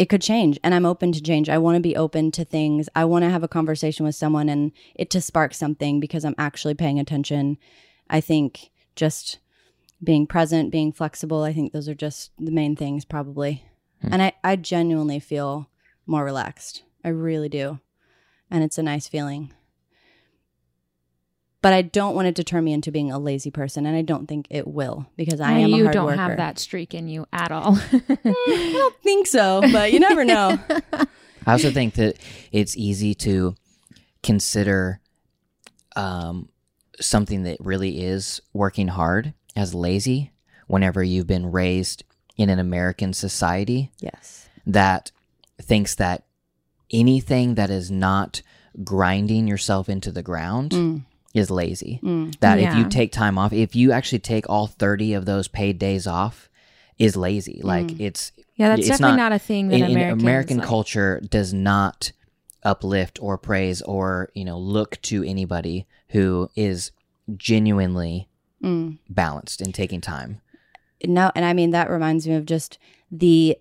it could change and I'm open to change. I want to be open to things. I want to have a conversation with someone and it to spark something because I'm actually paying attention. I think just being present, being flexible, I think those are just the main things probably. Hmm. And I I genuinely feel more relaxed. I really do. And it's a nice feeling. But I don't want it to turn me into being a lazy person, and I don't think it will because I Uh, am a you hard don't worker. have that streak in you at [LAUGHS] all. I don't think so, but you never know. I also think that it's easy to consider um, something that really is working hard as lazy whenever you've been raised in an American society [LAUGHS] Yes. that thinks that anything that is not grinding yourself into the ground Mm, is lazy. mm, That if Yeah. you take time off, if you actually take all 30 of those paid days off, is lazy. Like Mm. it's [LAUGHS] Yeah, that's It's definitely not- not, a thing that in, in Americans, American like- culture does not uplift or praise or, you know, look to anybody who is genuinely mm. balanced in taking time. No, and I mean that reminds me of just the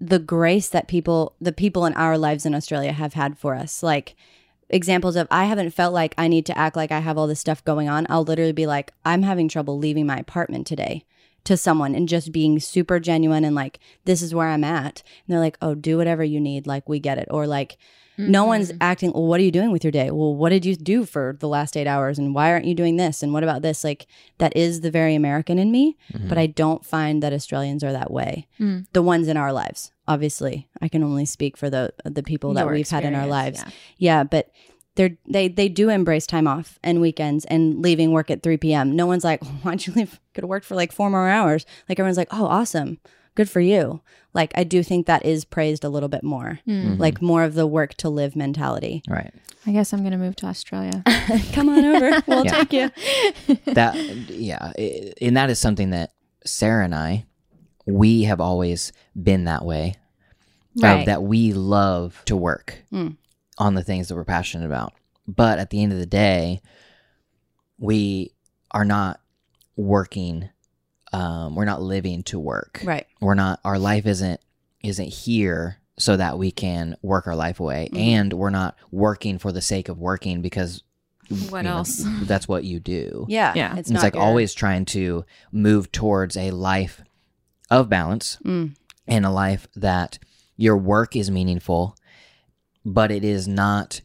the grace that people the people in our lives in Australia have had for us. Like examples of I haven't felt like I need to act like I have all this stuff going on. I'll literally be like I'm having trouble leaving my apartment today to someone and just being super genuine and like this is where I'm at. And they're like, "Oh, do whatever you need. Like we get it." Or like no one's Mhm. acting, well, what are you doing with your day? Well, what did you do for the last eight hours? And why aren't you doing this? And what about this? Like, that is the very American in me, but I don't find that Australians are that way. Mm. The ones in our lives, obviously. I can only speak for the the people that Your we've had in our experience, lives. yeah. Yeah, but they're they they do embrace time off and weekends and leaving work at 3 p.m. No one's like, why don't you leave? Could have worked for like four more hours. Like everyone's like, oh, awesome, good for you. Like I do think that is praised a little bit more, Mm-hmm. Mm. like more of the work to live mentality. [LAUGHS] Right. I guess I'm gonna move to Australia. Come on [LAUGHS] over, [LAUGHS] we'll Yeah. take you. [LAUGHS] that yeah i- and that is something that sarah and i we have always been that way of Right. um, that we love to work Mm. on the things that we're passionate about but at the end of the day we are not working um, we're not living to work Right. we're not our life isn't isn't here so that we can work our life away Mm-hmm. Mhm. and we're not working for the sake of working because What you know, else? that's what you [LAUGHS] do Yeah. Yeah. it's, like your- always trying to move towards a life of balance Mm, and a life that your work is meaningful, but it is not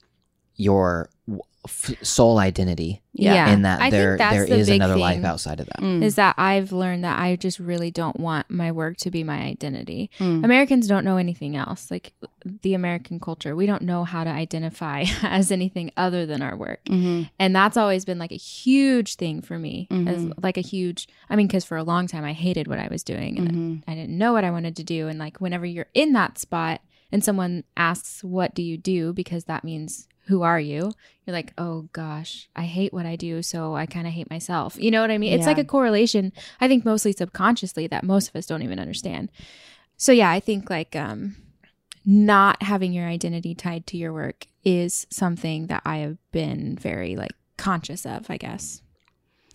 your w- f- sole identity. yeah. Yeah. In that I think there that's there the is big another life thing. outside of that. Mm, is that I've learned that I just really don't want my work to be my identity. mm, Americans don't know anything else. Like the American culture, we don't know how to identify [LAUGHS] as anything other than our work. mhm, And that's always been like a huge thing for me. As Mhm. like a huge, I mean, because for a long time I hated what I was doing and mhm, I didn't know what I wanted to do. And like whenever you're in that spot and someone asks, What do you do? because that means who are you? You're like, Oh gosh, I hate what I do. So I kind of hate myself. You know what I mean? It's Yeah. like a correlation, I think mostly subconsciously that most of us don't even understand. So yeah, I think like, um, not having your identity tied to your work is something that I have been very like conscious of, I guess.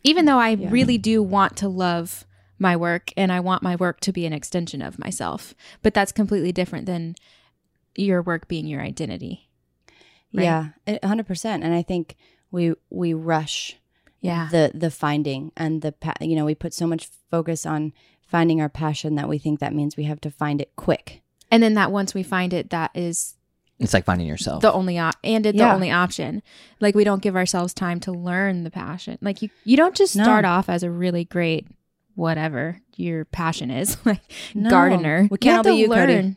Even though I Yeah. really do want to love my work and I want my work to be an extension of myself, but that's completely different than your work being your identity. Right. Yeah. a hundred percent. And I think we we rush Yeah. the the finding and the pa- you know we put so much focus on finding our passion that we think that means we have to find it quick. And then that once we find it, that is It's like finding yourself. the only op- and it Yeah. the only option. Like we don't give ourselves time to learn the passion. Like you, you don't just No. start off as a really great whatever your passion is. [LAUGHS] like No. gardener. We can't all be you, Cody.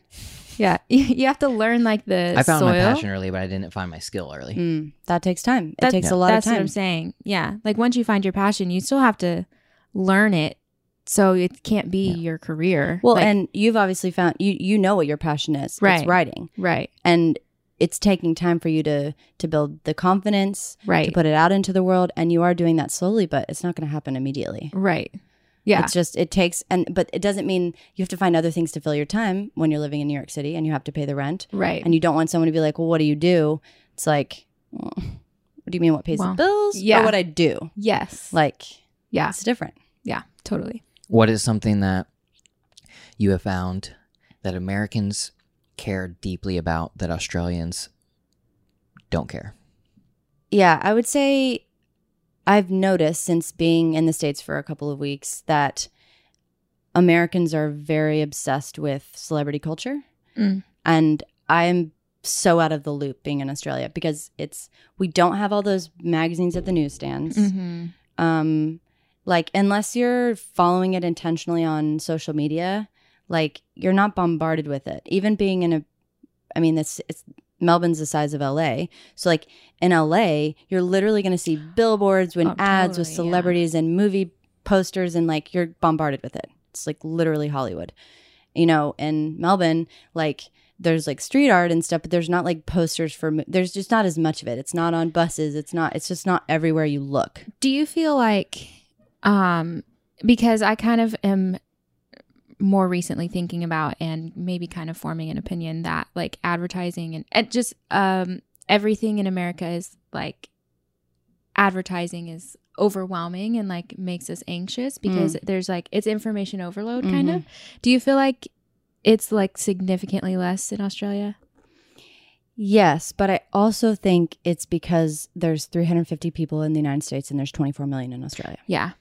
Yeah, [LAUGHS] you have to learn like the I found soil. my passion early, but I didn't find my skill early. Mm, that takes time. That- it takes yeah. a lot That's of what time. I'm saying. Yeah, like once you find your passion, you still have to learn it, so it can't be Yeah. your career. Well, Like- and you've obviously found you you know what your passion is. Right. It's writing, right, and it's taking time for you to to build the confidence to right, put it out into the world and you are doing that slowly but it's not going to happen immediately right. Yeah, it's just it takes and but it doesn't mean you have to find other things to fill your time when you're living in new york city and you have to pay the rent right. and you don't want someone to be like well what do you do it's like well, what do you mean what pays Well, the bills yeah. or what i do yes, like yeah, it's different yeah, totally. What is something that you have found that Americans care deeply about that Australians don't care? yeah i would say i've noticed since being in the states for a couple of weeks that americans are very obsessed with celebrity culture Mm. and i'm so out of the loop being in australia because it's we don't have all those magazines at the newsstands Mm-hmm. um like unless you're following it intentionally on social media like you're not bombarded with it even being in a i mean this it's Melbourne's the size of LA. So like in LA, you're literally going to see billboards and Oh, ads with totally, yeah. celebrities and movie posters and like you're bombarded with it. It's like literally Hollywood. You know, in Melbourne, like there's like street art and stuff, but there's not like posters for mo- there's just not as much of it. It's not on buses, it's not it's just not everywhere you look. Do you feel like, um, because I kind of am more recently thinking about and maybe kind of forming an opinion that like advertising and, and just um, everything in America is like advertising is overwhelming and like makes us anxious because there's like it's information overload kind of. Do you feel like it's like significantly less in Australia? Yes, but I also think it's because there's 350 people in the United States and there's 24 million in Australia. Yeah.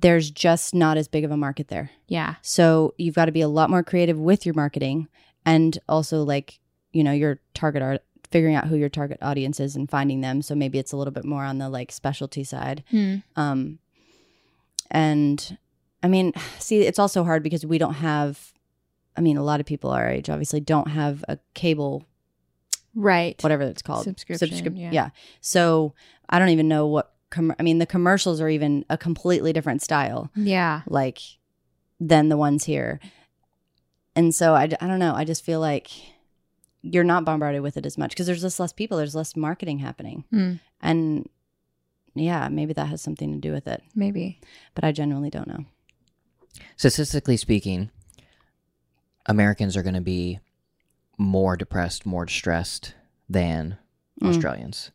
There's just not as big of a market there. Yeah. So you've got to be a lot more creative with your marketing and also like, you know, your target art figuring out who your target audience is and finding them. So maybe it's a little bit more on the like specialty side. Hmm. Um and I mean, [SIGHS] see, it's also hard because we don't have I mean, a lot of people our age obviously don't have a cable Right. whatever it's called Subscription, Subscrip- yeah. So I don't even know what com- I mean, the commercials are even a completely different style Yeah. like than the ones here. And so I, d- I don't know. I just feel like you're not bombarded with it as much because there's just less people, there's less marketing happening. Hmm. And yeah, maybe that has something to do with it, Maybe. but I genuinely don't know. Statistically speaking, Americans are going to be more depressed, more distressed than Mm. Australians.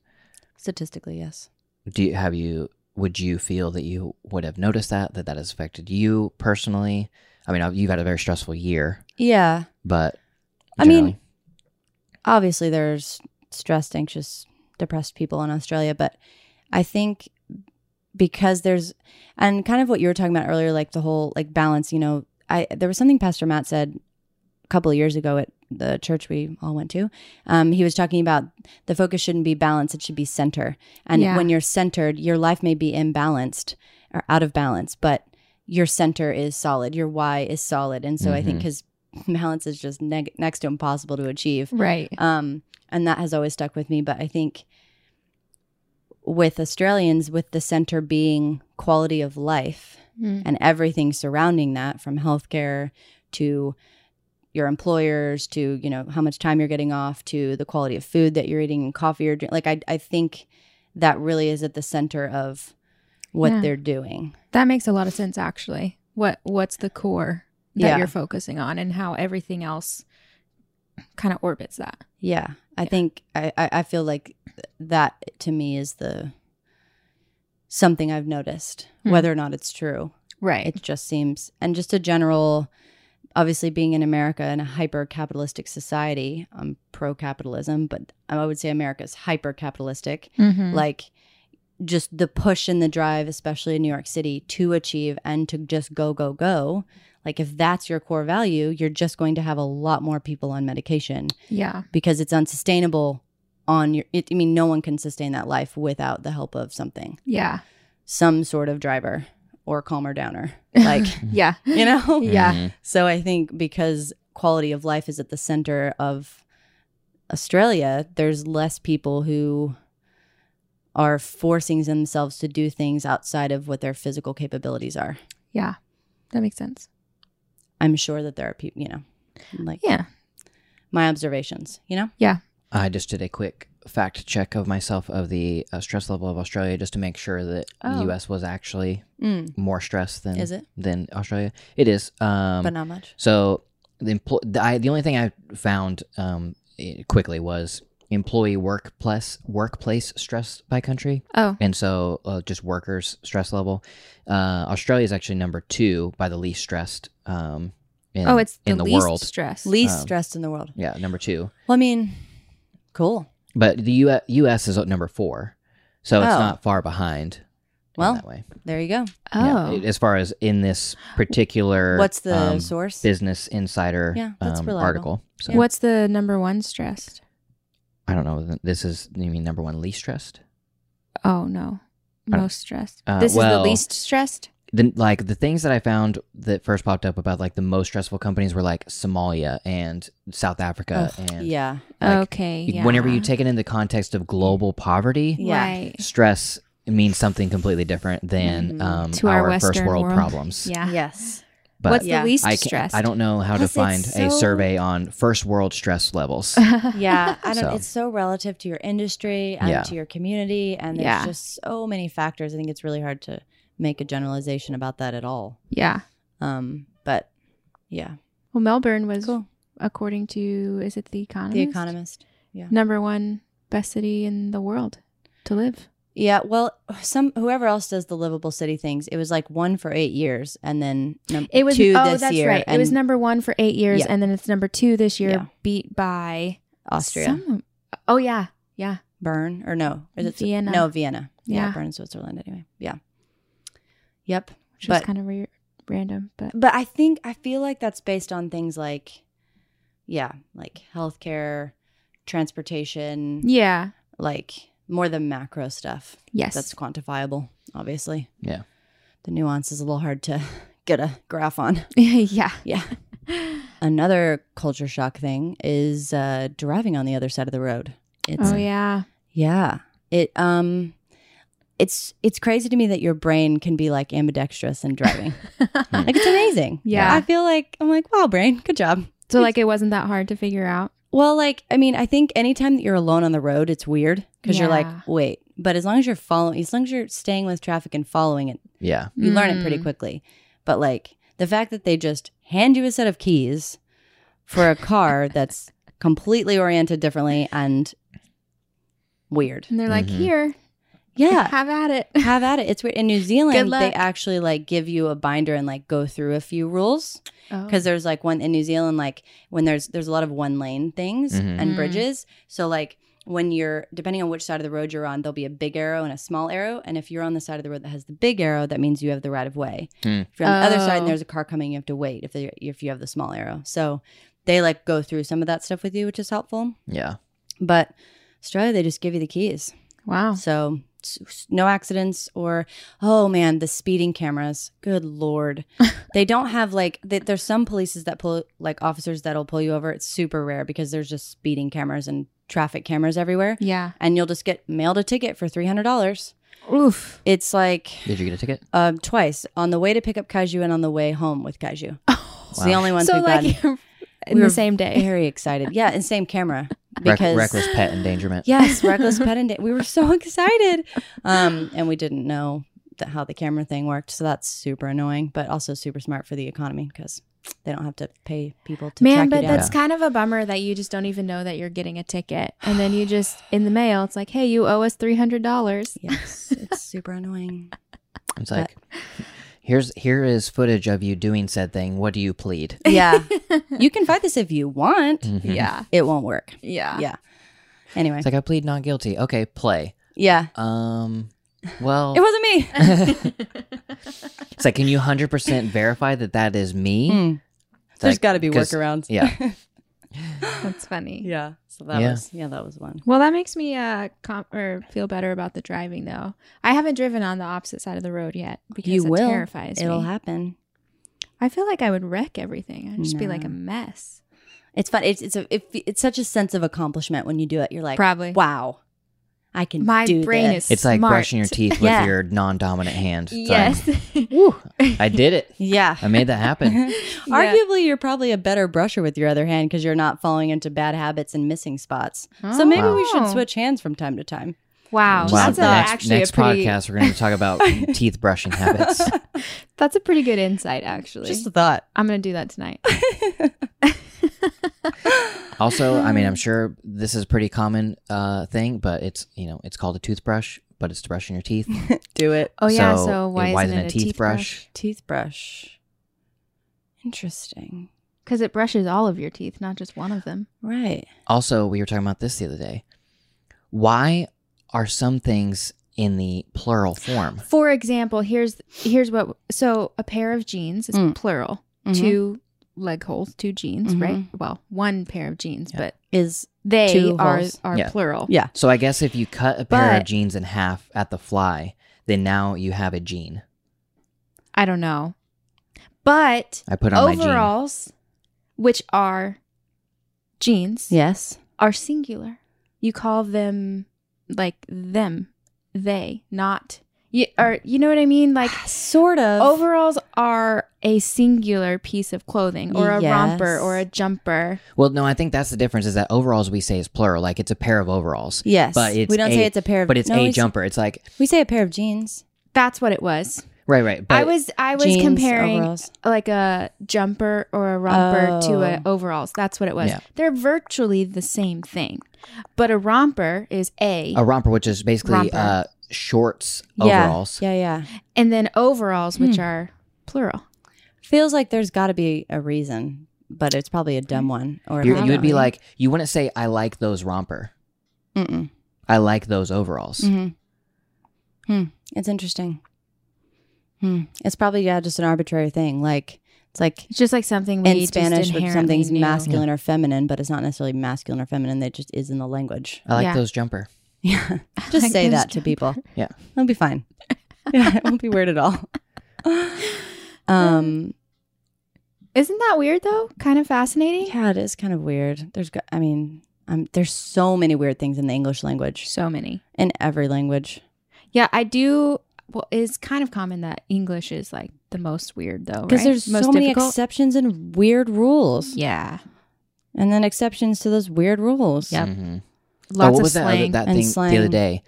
Statistically, yes. Do you have you? Would you feel that you would have noticed that that that has affected you personally? I mean, you've had a very stressful year, Yeah. but I mean, generally- obviously there's stressed, anxious, depressed people in Australia, but I think because there's and kind of what you were talking about earlier, like the whole like balance, you know, I there was something Pastor Matt said a couple of years ago at the church we all went to. Um, he was talking about the focus shouldn't be balance, it should be center. And Yeah. when you're centered, your life may be imbalanced or out of balance, but your center is solid, your why is solid. And so I think Mhm. his [LAUGHS] balance is just neg- next to impossible to achieve Right. um, and that has always stuck with me. But I think with Australians, with the center being quality of life Mm. and everything surrounding that, from healthcare to your employers to you know how much time you're getting off to the quality of food that you're eating and coffee or drink, like I, I think that really is at the center of what Yeah. they're doing. That makes a lot of sense actually. What what's the core that Yeah. you're focusing on and how everything else kind of orbits that. Yeah, I think I, I I feel like that to me is the something I've noticed, Hmm. whether or not it's true. Right. It just seems, and just a general, obviously being in America in a hyper capitalistic society, I'm pro capitalism, but I would say America's hyper capitalistic. mm-hmm. Like, just the push and the drive, especially in New York City, to achieve and to just go, go, go. Like, if that's your core value, you're just going to have a lot more people on medication yeah. because it's unsustainable on your it, i mean no one can sustain that life without the help of something Yeah. some sort of driver or calmer [LAUGHS] downer like Mm-hmm. Yeah. you know Yeah. Mhm. so i think because quality of life is at the center of australia there's less people who are forcing themselves to do things outside of what their physical capabilities are Yeah. [LAUGHS] That makes sense. i'm sure that there are people you know like Yeah. my observations you know I just did a quick fact check of myself of the uh, stress level of Australia just to make sure that Oh. the U.S. was actually mm, more stressed than is it than Australia. It is. Um, but not much so the, empl- the, I, the only thing I found um, i- quickly was employee workplace workplace stress by country, Oh. and so uh, just workers' stress level. Uh, Australia is actually number two by the least stressed. Um, in, oh, it's the, in the least world. stress. least Um, stressed in the world yeah, number two. Well, I mean, cool. But the U- U.S. is at number four, so it's Oh. not far behind. in Well, that way. There you go. Yeah, oh. as far as in this particular, What's the um, source? Business Insider Yeah, that's um, reliable. article. So What's the number one stressed? I don't know. This is you mean number one least stressed? Oh no. don't- Most stressed. Uh, this well- is the least stressed? the like the things that I found that first popped up about like the most stressful companies were like Somalia and South Africa and [LAUGHS] yeah. like, okay. y- whenever you yeah. take it in the context of global poverty, Yeah. Right. stress means something completely different than Mhm. um, Mm-hmm. To our first Western world, world. problems. Yeah. Yes. But What's Yeah. the least I stress? can't, [LAUGHS] I don't know how to Plus, find it's a so- survey on first world stress [LAUGHS] levels. Yeah. I don't. So. It's so relative to your industry and Yeah. to your community, and there's Yeah. just so many factors. I think it's really hard to make a generalization about that at all. yeah. Um, but yeah, Well, Melbourne was, according to, is it The Economist? The Economist. Number one best city in the world to live. Yeah, well, some whoever else does the livable city things, it was like one for eight years, and then num- It was two oh, this that's year, right. and it was number one for eight years, Yeah. and then it's number two this year, Yeah. beat by Austria, some- oh yeah, yeah. Bern, or no, or is it Vienna. No, Vienna. Yeah, Yeah. Bern, Switzerland. Anyway, yeah, yep. which But- Mm. was kind of re- random, but But I think I feel like that's based on things like, yeah, like healthcare, transportation, yeah, like more the macro stuff yes, [LAUGHS] that's quantifiable, obviously. Yeah. the nuance is a little hard to [LAUGHS] get a graph on. [LAUGHS] yeah, Yeah. Another culture shock thing is uh, driving on the other side of the road. [LAUGHS] It's oh [LAUGHS] yeah, yeah. It um it's it's crazy to me that your brain can be like ambidextrous in driving. like it's amazing. Yeah. I feel like I'm like, wow, brain, good job. so like it wasn't that hard to figure out. Well, like, I mean, I think anytime that you're alone on the road, it's weird because you're like, Yeah. wait. But as long as you're following as long as you're staying with traffic and following it, yeah. you learn it pretty Mm. quickly. But like the fact that they just hand you a set of keys for a car [LAUGHS] that's completely oriented differently and weird. And they're like, Mhm. here, [LAUGHS] Yeah. have at it. Have at it. It's weird. In New Zealand, they luck. actually like give you a binder and like go through a few rules Oh. because there's like one in New Zealand, like when there's there's a lot of one lane things Mhm. and Mm. bridges. So like when you're depending on which side of the road you're on, there'll be a big arrow and a small arrow. And if you're on the side of the road that has the big arrow, that means you have the right of way. Mm. If you're on the other side Oh. and there's a car coming, you have to wait if they, if you have the small arrow. So they like go through some of that stuff with you, which is helpful. Yeah. But Australia, they just give you the keys. Oh. wow, So s- s- no accidents or oh man, the speeding cameras. [LAUGHS] Good lord, they don't have like th- there's some polices that pull like officers that'll pull you over. It's super rare because there's just speeding cameras and traffic cameras everywhere, yeah, and you'll just get mailed a ticket for three hundred dollars. oof, It's like Did you get a ticket? um, twice on the way to pick up Kaju and on the way home [LAUGHS] with Kaju. It's the Wow. only ones so we've [LAUGHS] like gotten. [LAUGHS] in We were the same day. Very excited, yeah, and same camera Rec- because reckless pet endangerment. Yes, [LAUGHS] reckless pet and we were so [LAUGHS] excited, um, and we didn't know that how the camera thing worked. So that's super annoying, but also super smart for the economy because they don't have to pay people to Man, track but you down. that's kind of a bummer that you just don't even know that you're getting a ticket, and then you just in the mail, it's like, hey, you owe us three hundred dollars. [LAUGHS] yes, it's super [LAUGHS] annoying. It's like here's here is footage of you doing said thing. What do you plead? Yeah, [LAUGHS] you can fight this if you want. Mhm. Yeah, It won't work. yeah, Yeah. Anyway, It's like I plead not guilty. Okay, play. yeah, [LAUGHS] Um well it wasn't me. it's like can you 100% verify that that is me? Mm. [LAUGHS] It's [LAUGHS] There's like, got to be 'cause- workarounds. Yeah. [LAUGHS] That's funny. [LAUGHS] yeah. So that Yeah. was yeah, that was one. Well, that makes me uh com- or feel better about the driving though. I haven't driven on the opposite side of the road yet because You it will. terrifies It'll me. happen. I feel like I would wreck everything. I'd just be like No. a mess. It's fun. It's it's a it, it's such a sense of accomplishment when you do it. You're like, Probably. wow, I can. My do brain this. is It's like Smart. brushing your teeth with Yeah. your non-dominant hand. It's Yes. [LAUGHS] Like, Woo, I did it. yeah. I made that happen. Arguably, you're probably a better brusher with your other hand because you're not falling into bad habits and missing spots. So maybe we should Oh. switch hands from time to time. Wow. Wow, That's the a, next, actually next a pretty, podcast we're going to talk [LAUGHS] about teeth brushing habits. That's a pretty good insight actually. Just a thought. I'm going to do that tonight. Also, I mean, I'm sure this is a pretty common uh, thing, but it's you know it's called a toothbrush, but it's to brushing your teeth. Do it. Oh yeah, So, so, it- why, isn't it a teeth brush? Toothbrush. Interesting. Cuz it brushes all of your teeth, not just one of them. Right. Also, we were talking about this the other day. Why are some things in the plural form? For example, here's here's what so a pair of jeans is Mm. plural. Two two leg holes, two jeans, right? Well, one pair of jeans, Yeah. but is they Two are holes. are Yeah. plural. Yeah. So I guess if you cut a pair of But- jeans in half at the fly, then now you have a gene. I don't know. But I put on my jean. overalls, which are jeans, Yes. are singular. You call them like them, they, not you. Or you know what I mean? Like Ah, sort of. overalls are a singular piece of clothing, or a romper, Yes. or a jumper. Well, no, I think that's the difference. Is that overalls we say is plural, like it's a pair of overalls, Yes. But it's we don't a- say it's a pair of but it's no, we a s- jumper. It's like We say a pair of jeans. That's what it was. right, right. But I was I was Jeans, comparing overalls. like a jumper or a romper to a Oh. overalls. That's what it was. Yeah. They're virtually the same thing, but a romper is a, a romper, which is basically Romper. uh, shorts, Yeah. overalls. Yeah, yeah. and then overalls, which Hmm. are plural. Feels like there's got to be a reason, but it's probably a dumb one. Or You're- You would be Probably. like, you wouldn't say, "I like those romper." Mm-mm. I like those overalls. hmm Hmm. It's interesting. Hmm. It's probably yeah, just an arbitrary thing. Like it's like It's just like something we in Spanish, just if inherently something's knew. masculine or feminine, but it's not necessarily masculine or feminine. That just is in the language. [LAUGHS] I like Yeah. those jumper. Yeah. [LAUGHS] Just Like say those that to people. Yeah. It'll be fine. [LAUGHS] yeah, it won't be weird at all. [LAUGHS] Um, Isn't that weird though? Kind of fascinating. yeah, it is kind of weird. There's, go- I mean, um, there's so many weird things in the English language, So many. in every language. Yeah, I do. Well, it's kind of common that English is like the most weird though, Because right? there's most so many difficult. exceptions and weird rules, yeah, Oh, and then exceptions to those weird rules. Yep. Mhm. lots oh, what of was that, other- slang. that and thing the other slang. day?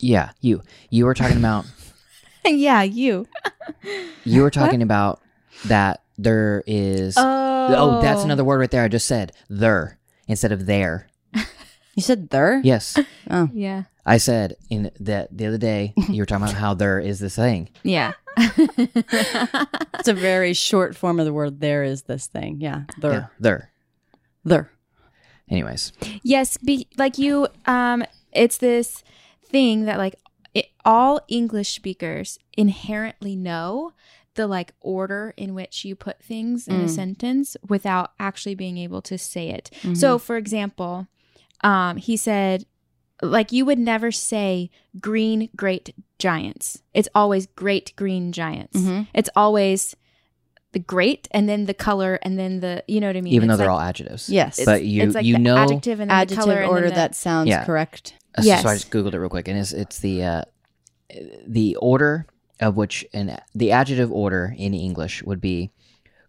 Yeah, you. You were talking about [LAUGHS] [LAUGHS] yeah, you. you were talking about that there is oh. Oh, that's another word right there I just said. There instead of there. You said there. Yes. Oh, Yeah, I said in that the other [LAUGHS] day you were talking about how there is this thing. yeah. [LAUGHS] it's a very short form of the word. There is this thing. Yeah. There. Yeah, there. There. Anyways. Yes, be, like you um it's this thing that like it, all English speakers inherently know the like order in which you put things in a Mm. sentence without actually being able to say it. Mm-hmm. So for example, um he said like you would never say green great giants. It's always great green giants. Mm-hmm. Mhm. It's always the great and then the color and then the you know what I mean? even though It's they're like- all adjectives. yes. But you it's like you the know adjective and then the adjective color and then order the- that sounds Yeah. correct. Uh, so- So I Yes. just googled it real quick, and it's it's the uh, the order of which an the adjective order in English would be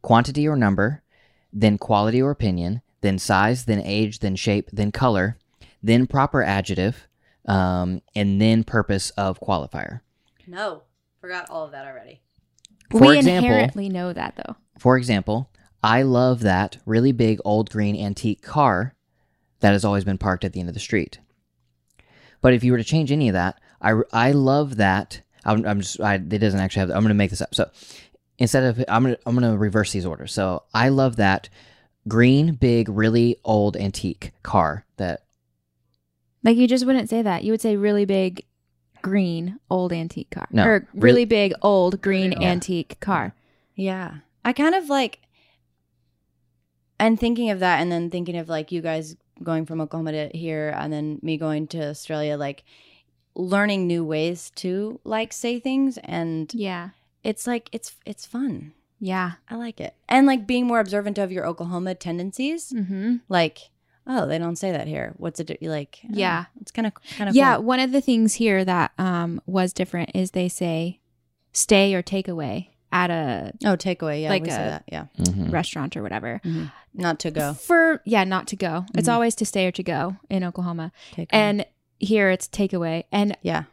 quantity or number, then quality or opinion, then size, then age, then shape, then color, then proper adjective, um, and then purpose of qualifier. No, forgot all of that already. For we example, inherently know that though. for example, I love that really big old green antique car that has always been parked at the end of the street. But if you were to change any of that, I, I love that. I'm, I'm just, I, it doesn't actually have, I'm going to make this up. So instead of, I'm going to, I'm going to reverse these orders. So I love that green, big, really old antique car that, Like you just wouldn't say that. You would say really big green old antique car. No, or re- really big old green Yeah. antique car. Yeah. I kind of like and thinking of that and then thinking of like you guys going from Oklahoma to here and then me going to Australia like learning new ways to like say things and Yeah. it's like it's it's fun. Yeah. I like it. And like being more observant of your Oklahoma tendencies Mm-hmm. like oh they don't say that here. What's it like? oh, Yeah. It's kind of kind of Yeah. cool. One of the things here that um was different is they say stay or take away at a Oh, takeaway. Yeah, Like we say a- that. Yeah. Mhm. restaurant or whatever. Not Mm. to go. For yeah, not to go. It's Mhm. always to stay or to go in Oklahoma. Takeaway. [LAUGHS] And here it's takeaway. And Mm. yeah.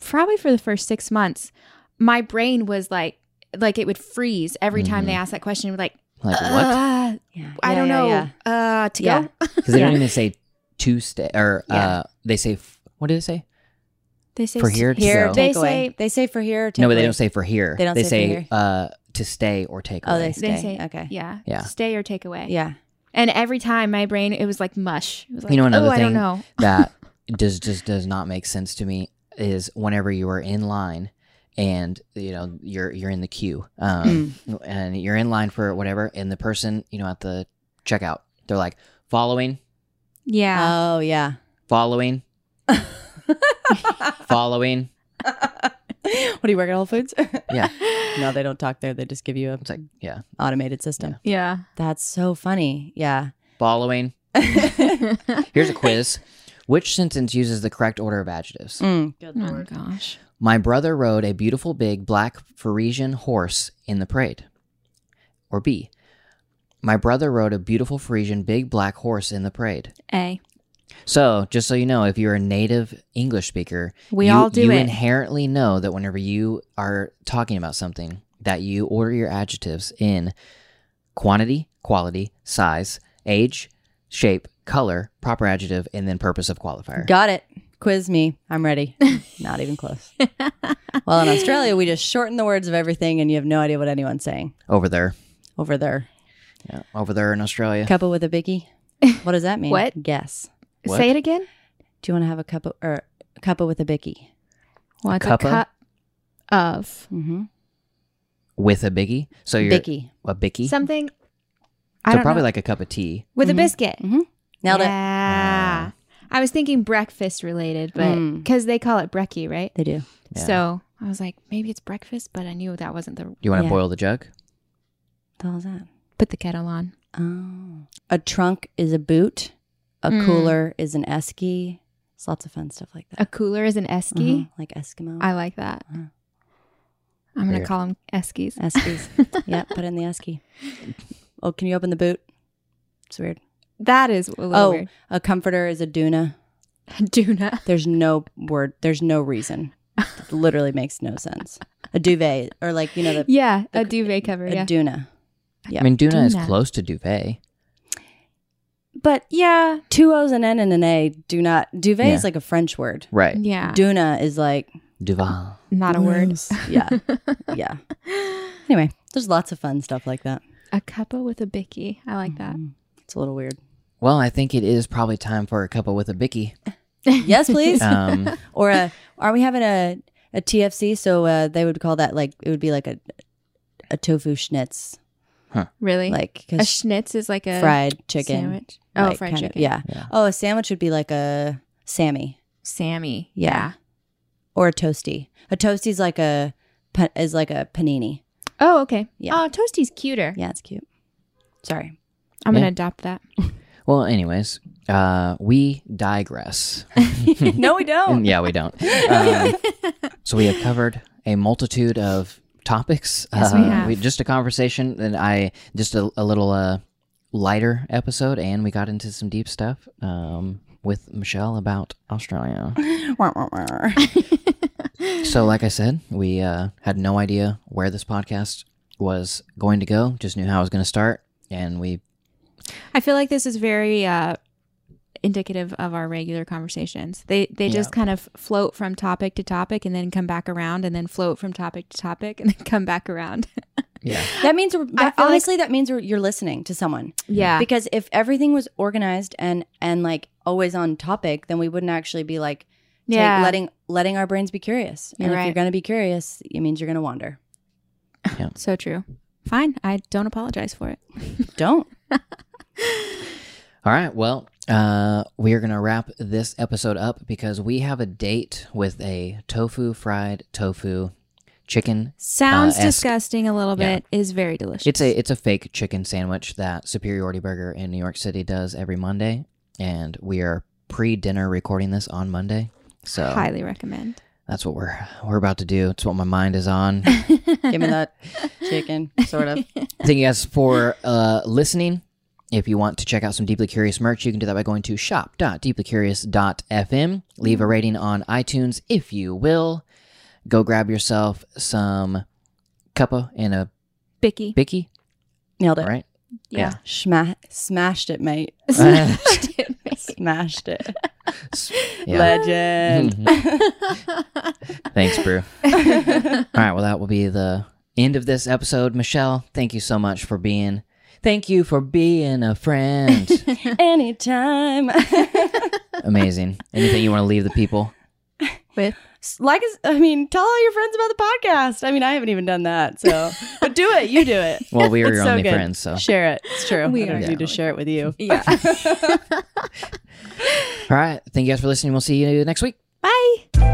probably for the first six months, my brain was like, like it would freeze every time Mhm. they asked that question. It would Like, like what? "Uh, Yeah. I Mm-hmm. Yeah, don't yeah, know. yeah. Uh, to Yeah. go. Because they don't Yeah. even say to stay, or Yeah. uh, they say, f- what do they say? [LAUGHS] They say For here to Here, So- they They say say- they say for here. No, but they takeaway. don't say for here. They don't say for say, here. uh, to stay or take Oh, away. they [LAUGHS] stay. They say- okay. Yeah. Yeah. Stay or take away. Yeah. And every time my brain, it was like mush. It was like, You know, another oh, I thing- don't know. that does just does not make sense to me is whenever you are in line and you know you're you're in the queue um, Mm. and you're in line for whatever and the person you know at the checkout they're like following Yeah. Uh, [LAUGHS] Oh, yeah. following following what do you work at Whole Foods? [LAUGHS] Yeah. no, they don't talk there. They just give you a It's like, yeah, automated system. [LAUGHS] Yeah. That's so funny. Yeah. following. [LAUGHS] mm, Oh, Here's a quiz. Which sentence uses the correct order of adjectives? good Oh my gosh. My brother rode a beautiful big black Frisian horse in the parade. Or B. My brother rode a beautiful Frisian big black horse in the parade. A. So, just so you know, if you're a native English speaker, We you, all do you it. inherently know that whenever you are talking about something, that you order your adjectives in quantity, quality, size, age, shape, color, proper adjective, and then purpose of qualifier. Got it. Quiz me. I'm [LAUGHS] ready. Not even close. well, in Australia, we just shorten the words of everything and you have no idea what anyone's saying Over there. over there. Yeah, over there in Australia. Cuppa with a [LAUGHS] biggie. What does that mean? What? Guess. What? Say it again. Do you want to have a cuppa or cuppa with a bicky? What's Cuppa? a cup of Mm-hmm. With a biggie. So you're Bicky. a bicky. E. So something? I don't probably know. like Mm-hmm. a cup of tea. with Mhm. a biscuit. Nailed it. yeah. Ah. I was thinking breakfast related, but Mm. because they call it brekkie, right? They do. Yeah. So I was like, maybe it's breakfast, but I knew that wasn't the You want to Yeah. boil the jug? What the hell is that? put the kettle on. Oh. A trunk is a boot. A Mm. cooler is an esky. It's lots of fun stuff like that. A cooler is an esky. Mhm, Like Eskimo. I like that. Mhm. I'm Mm-hmm. gonna Mm. There. call them eskies. Eskies. [LAUGHS] yeah, put in the esky. Oh, can you open the boot? It's weird. That is a little Oh. weird. [LAUGHS] A comforter is a duna. Duna. There's no word. There's no reason. [LAUGHS] It literally makes no sense. A duvet or like you know the [LAUGHS] Yeah, The a c- duvet cover. a Yeah, duna. Yeah. I mean, Duna, is Duna. close to duvet. But yeah, two O's an N and an A do not. Duvet Yeah. is like a French word. Right. yeah. Duna is like Duval. Not a word. [LAUGHS] loose. Yeah, yeah. Anyway, there's lots of fun stuff like that. A cuppa with a bicky. I like that. Mhm. It's a little weird. Well, I think it is probably time for a cuppa with a bicky. [LAUGHS] Yes, please. Um, or a are we having a a TFC? So uh, they would call that like it would be like a a tofu schnitz, Really? like a 'cause schnitz is like a fried chicken. sandwich. Oh, like, fried kind of- chicken. yeah. Yeah. Oh, a sandwich would be like a Sammy Sammy. Yeah. or a toasty. A toasty is like a pa- is like a panini. Oh, okay. Yeah. Oh, toasty's cuter. Yeah, it's cute. [LAUGHS] Sorry. I'm Yeah. gonna adopt that. Well, anyways, uh, we [LAUGHS] digress. no, we Oh. [LAUGHS] don't. yeah, we don't. Um, so we have covered a multitude of topics. Uh, Yes, we have. just a conversation, and I just a, a little uh, lighter episode, and we got into some deep stuff um, with Michelle about Australia. Wah, wah, wah. so, like I said, we uh, had no idea where this podcast was going to go. Just knew how it was going to start, and we I feel like this is very uh, indicative of our regular conversations. They they just kind of float from topic to topic and then come back around and then float from topic to topic and then come back around. yeah That means we're, I feel like- honestly that means we're, you're listening to someone. [LAUGHS] yeah. because if everything was organized and and like always on topic then we wouldn't actually be like take- Yeah. letting letting our brains be curious and You're if you're right. going to be curious it means you're going to wander so true. Fine. I don't apologize for it. don't All right. Well, uh, we are going to wrap this episode up because we have a date with a tofu fried tofu chicken. Sounds Uh, ask- disgusting a little Yeah. bit. Is very delicious. It's a it's a fake chicken sandwich that Superiority Burger in New York City does every Monday, and we are pre dinner recording this on Monday. So highly recommend. that's what we're we're about to do. It's what my mind is on. give me [LAUGHS] that chicken sort of Thank you guys for uh, listening. If you want to check out some Deeply Curious merch, you can do that by going to shop.deeplycurious.fm. Leave a rating on iTunes if you will. Go grab yourself some cuppa and a Bicky. bicky. nailed All it right. Yeah. Sma- smashed it mate [LAUGHS] [LAUGHS] Smashed it, mate. smashed it [LAUGHS] Yeah. [LAUGHS] Mm-hmm. legend Thanks, Brew. All right. Well, that will be the end of this episode. Michelle, thank you so much for being. Thank you for being a friend. anytime Amazing. Anything you want to leave the people? With like us- i mean tell all your friends about the podcast i mean i haven't even done that so but do it you [LAUGHS] do it Well, we are It's your so only good. friends, so. share it it's true We i are don't need definitely- to share it with you [LAUGHS] yeah. All right. Thank you guys for listening. We'll see you next week. Bye.